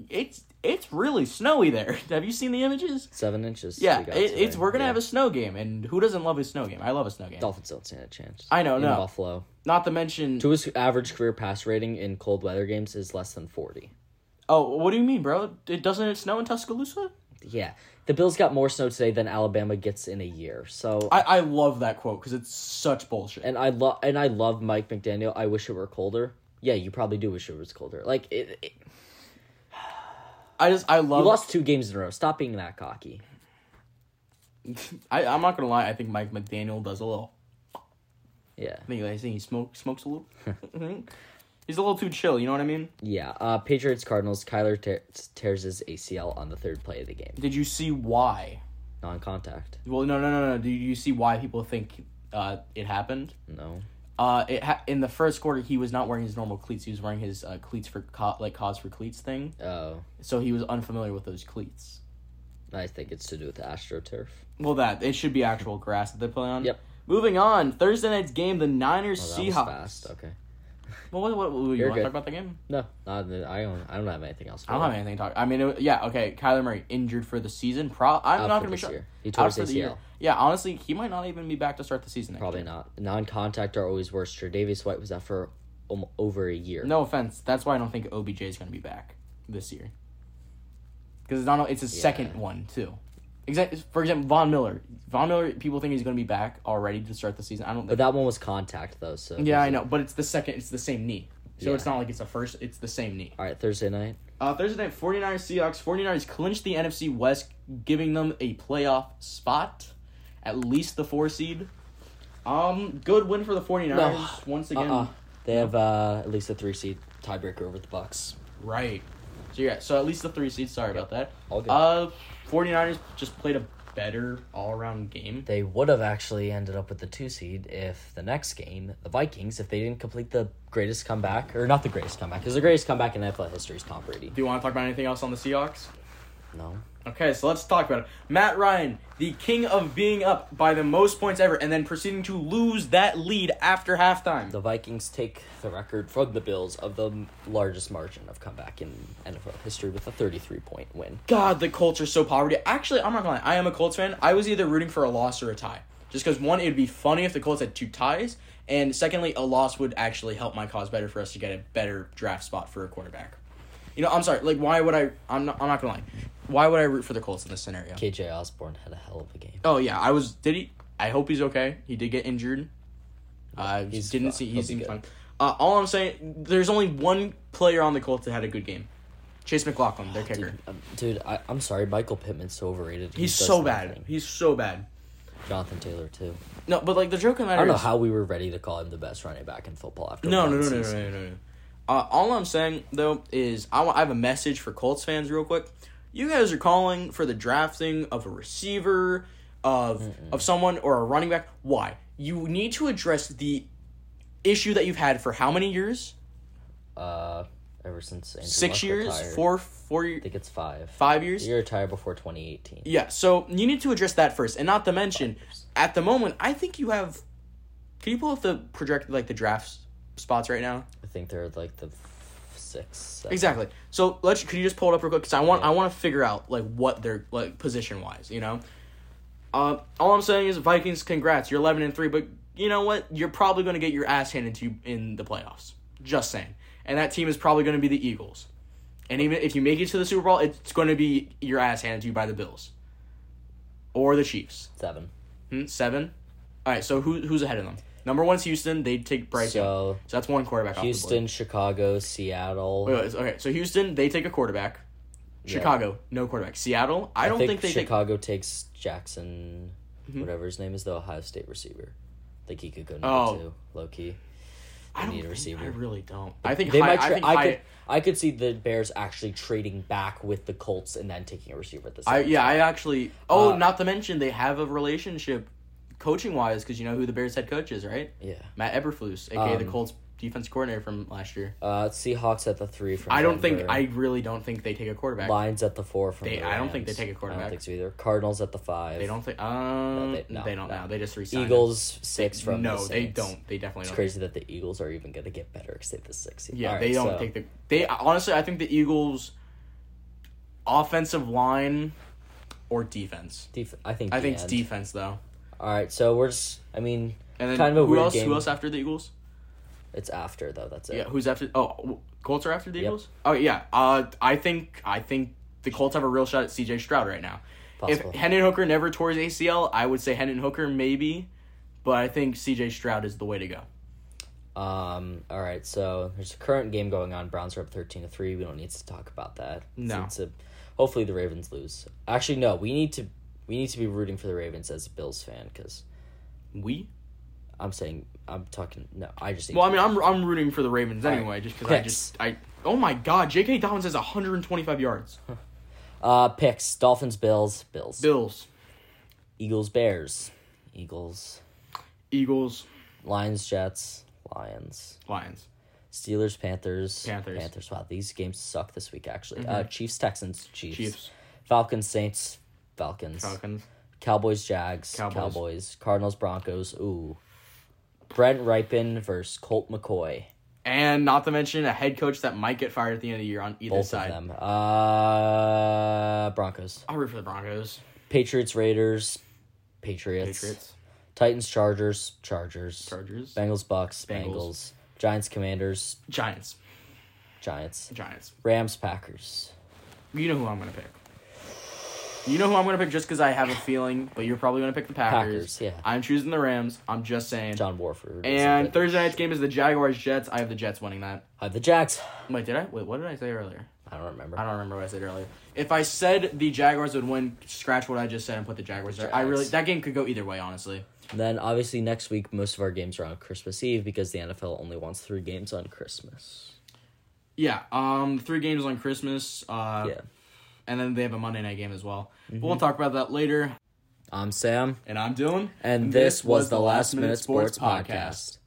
it's it's really snowy there. Have you seen the images?
Seven inches.
Yeah,
we
it,
got
it's
today.
we're gonna
Yeah.
have a snow game, and who doesn't love a snow game? I love a snow game.
Dolphins don't stand a chance.
I know,
In
no.
Buffalo.
Not to mention.
To his average career pass rating in cold weather games is less than forty.
Oh, what do you mean, bro? It doesn't it snow in Tuscaloosa?
Yeah, the Bills got more snow today than Alabama gets in a year. So,
I I love that quote because it's such bullshit.
and I love and I love Mike McDaniel. I wish it were colder. Yeah, you probably do wish it was colder. Like it, it,
I just I
you
love.
lost two games in a row. Stop being that cocky.
I I'm not gonna lie. I think Mike McDaniel does a little.
Yeah,
I think I think he smoke smokes a little. Mhm. He's a little too chill. You know what I mean?
yeah. Uh, Patriots Cardinals. Kyler te- tears his ACL on the third play of the game.
Did you see why?
Non-contact.
Well, no, no, no, no. Do you see why people think uh, it happened?
No.
Uh, it ha- in the first quarter he was not wearing his normal cleats. He was wearing his uh, cleats for co- like cause for cleats thing.
Oh,
So he was unfamiliar with those cleats.
I think it's to do with the AstroTurf. Oh,
Well, that it should be actual grass that they play on.
Yep.
Moving on, Thursday night's game, the Niners
Oh, that was
Seahawks.
fast. Okay.
Well, what, what, what- you
You're
want to
good.
talk about the game?
No, not, I don't. I don't have anything else.
I don't have anything to talk. I mean, it, yeah, okay. Kyler Murray injured for the season. Pro- I'm not
Out for
going to be
this
sure.
year. He tore
Out
his
for the year.
ACL.
Yeah, honestly, he might not even be back to start the season. next
Probably
year.
not. Non-contact are always worse. Tre'Davious White was out for om- over a year.
No offense, that's why I don't think OBJ is going to be back this year. Because it's not. It's his second one too. Exactly. For example, Von Miller. Von Miller. People think he's going to be back already to start the season. I don't. Think,
But that one was contact though. So
yeah, I know. But it's the second. It's the same knee. So
Yeah.
it's not like it's the first. It's the same knee.
All right, Thursday night.
Uh, Thursday night, 49ers Seahawks. 49ers clinched the NFC West, giving them a playoff spot, at least the four seed. Um, good win for the 49ers once again.
Uh-uh. They have uh, at least a three seed tiebreaker over the Bucks.
Right. So yeah, so at least the three seed. Sorry about that.
All good.
Uh, 49ers just played a better all around game.
They would have actually ended up with the two seed if the next game, the Vikings, if they didn't complete the greatest comeback or not the greatest comeback, because the greatest comeback in NFL history is Tom Brady.
Do you want to talk about anything else on the Seahawks?
No.
Okay, so let's talk about it. Matt Ryan, the king of being up by the most points ever, and then proceeding to lose that lead after halftime.
The Vikings take the record from the Bills of the m- largest margin of comeback in NFL history with a 33 point win.
God, the culture's so poverty. Actually, I'm not gonna lie. I am a Colts fan. I was either rooting for a loss or a tie. Just because, one, it would be funny if the Colts had two ties. And secondly, a loss would actually help my cause better for us to get a better draft spot for a quarterback. You know, I'm sorry. Like, why would I? I'm not, I'm not gonna lie. Why would I root for the Colts in this scenario?
KJ Osborne had a hell of a game.
Oh, yeah. I was. Did he? I hope he's okay. He did get injured. I
he's
didn't
fi-
see. He
he'll be
seemed
good.
fine. Uh, all I'm saying, there's only one player on the Colts that had a good game Chase McLaughlin, their kicker.
Um, dude, I, I'm sorry, Michael Pittman's so overrated. He
He's
does
so bad.
nothing.
He's so bad.
Jonathan Taylor too.
No, but like the joke of the matter
I don't know
is-
how we were ready to call him the best running back in football after
No,
one
no, no, no, no,
season.
no, no. no. Uh, all I'm saying though is I want, I have a message for Colts fans real quick. You guys are calling for the drafting of a receiver, of of someone or a running back. Why? You need to address the issue that you've had for how many years?
Uh, ever since Andrew
Six
Luck
years?
retired.
Four? Four? ye-
I think it's five.
Five years?
He retired before 2018.
Yeah, so you need to address that first, and not to mention, at the moment, I think you have. Can you pull up the projected like the draft spots right now?
I think they're like the f- six. seven.
Exactly. So let's. Could you just pull it up real quick? Because I want. I want to figure out like what they're like position wise. You know. Uh, all I'm saying is Vikings. Congrats. You're 11 and three, but you know what? You're probably going to get your ass handed to you in the playoffs. Just saying. And that team is probably going to be the Eagles. And even if you make it to the Super Bowl, it's going to be your ass handed to you by the Bills or the Chiefs.
Seven.
Hmm, seven. All right. So who who's ahead of them? Number one's Houston. They take Bryce. Young.
So
So that's one quarterback. Off the board.
Houston, Chicago, Seattle.
Wait, wait, so- okay, so Houston, they take a quarterback.
Yeah.
Chicago, no quarterback. Seattle, I, don't think,
think,
they Mm-hmm.
Chicago takes Jackson, whatever his name is, the Ohio State receiver. think he could go number
Oh.
two, low key.
take. I don't
need a
think-
receiver.
I really don't. I think
They
Hy-
might. Tra-
I think
I,
Hy-
could. I could see the Bears actually trading back with the Colts and then taking a receiver at the same.
I-
time.
yeah, I actually. Oh,
Uh,
not to mention they have a relationship, coaching wise, because you know who the Bears head coach is, right?
Yeah.
Matt Eberflus, aka the
Um,
Colts defense coordinator from last year.
Uh, Seahawks at the three from.
I don't think
Denver.
I really don't think they take a quarterback.
Lions at the four from.
They-
the
I don't think they
Rams.
take a
I
quarterback.
don't think so either. Cardinals at the five.
They don't think um
they-
they,
no,
don't
no.
now. They just resigned.
Eagles six from. the
No, they
Saints.
don't. They definitely
It's
don't.
crazy that the Eagles are even gonna get better because they have the six. seed.
Yeah,
All right,
they don't
so-
take the they honestly I think the Eagles offensive line or defense.
Def- I think.
I think it's
end.
defense though.
All right, so we're just. I mean,
And then
Kind of a
who
weird
else
game.
who else after the Eagles?
it's after though. That's it.
Yeah, who's after oh w- Colts are after the Eagles? Oh yeah. Uh I think I think the Colts have a real shot at CJ Stroud right now.
Possible.
If Hendon Hooker never tore his ACL, I would say Hendon Hooker maybe, but I think CJ Stroud is the way to go.
Um. All right. So there's a current game going on. Browns are up thirteen to three. We don't need to talk about that. It's-
No.
It's a, hopefully the Ravens lose. Actually, no. We need to. We need to be rooting for the Ravens as a Bills fan because
We?
I'm saying I'm talking. No, I just. Need
Well, I
to-
mean, I'm I'm rooting for the Ravens
right.
anyway, just because I
Picks.
just I. Oh my God, J.K. Dobbins has 125 yards.
Uh, picks: Dolphins, Bills, Bills,
Bills,
Eagles, Bears, Eagles,
Eagles,
Lions, Jets, Lions,
Lions.
Steelers, Panthers,
Panthers. Mm-hmm.
Panthers. Wow, these games suck this week. Actually, uh, Chiefs, Texans, Chiefs,
Chiefs.
Falcons, Saints, Falcons,
Falcons.
Cowboys, Jags,
Cowboys.
Cowboys. Cardinals, Broncos. Ooh, Brent Ripon versus Colt McCoy.
And not to mention a head coach that might get fired at the end of the year on either
Both
side.
of them. Uh, Broncos,
I'll root for the Broncos.
Patriots, Raiders, Patriots,
Patriots,
Titans, Chargers, Chargers,
Chargers,
Bengals, Bucks,
Bengals.
Bengals. Giants, Commanders,
Giants,
Giants,
Giants.
Rams, Packers.
You know who I'm gonna pick. You know who I'm gonna pick just because I have a feeling, but you're probably gonna pick the Packers.
Packers, yeah.
I'm choosing the Rams. I'm just saying.
John Warford. is a
and
good-
Thursday night's game is the Jaguars Jets. I have the Jets winning that.
I have the Jags.
Wait, did I? Wait, what did I say earlier?
I don't remember.
I don't remember what I said earlier. If I said the Jaguars would win, scratch what I just said and put the Jaguars there. I
Jags.
really that game could go either way, honestly.
Then obviously next week most of our games are on Christmas Eve because the NFL only wants three games on Christmas.
Yeah, um, three games on Christmas, uh,
yeah.
and then they have a Monday night game as well. But we'll talk about that later.
I'm Sam,
And I'm Dylan,
and this was the Last Minute Sports Podcast.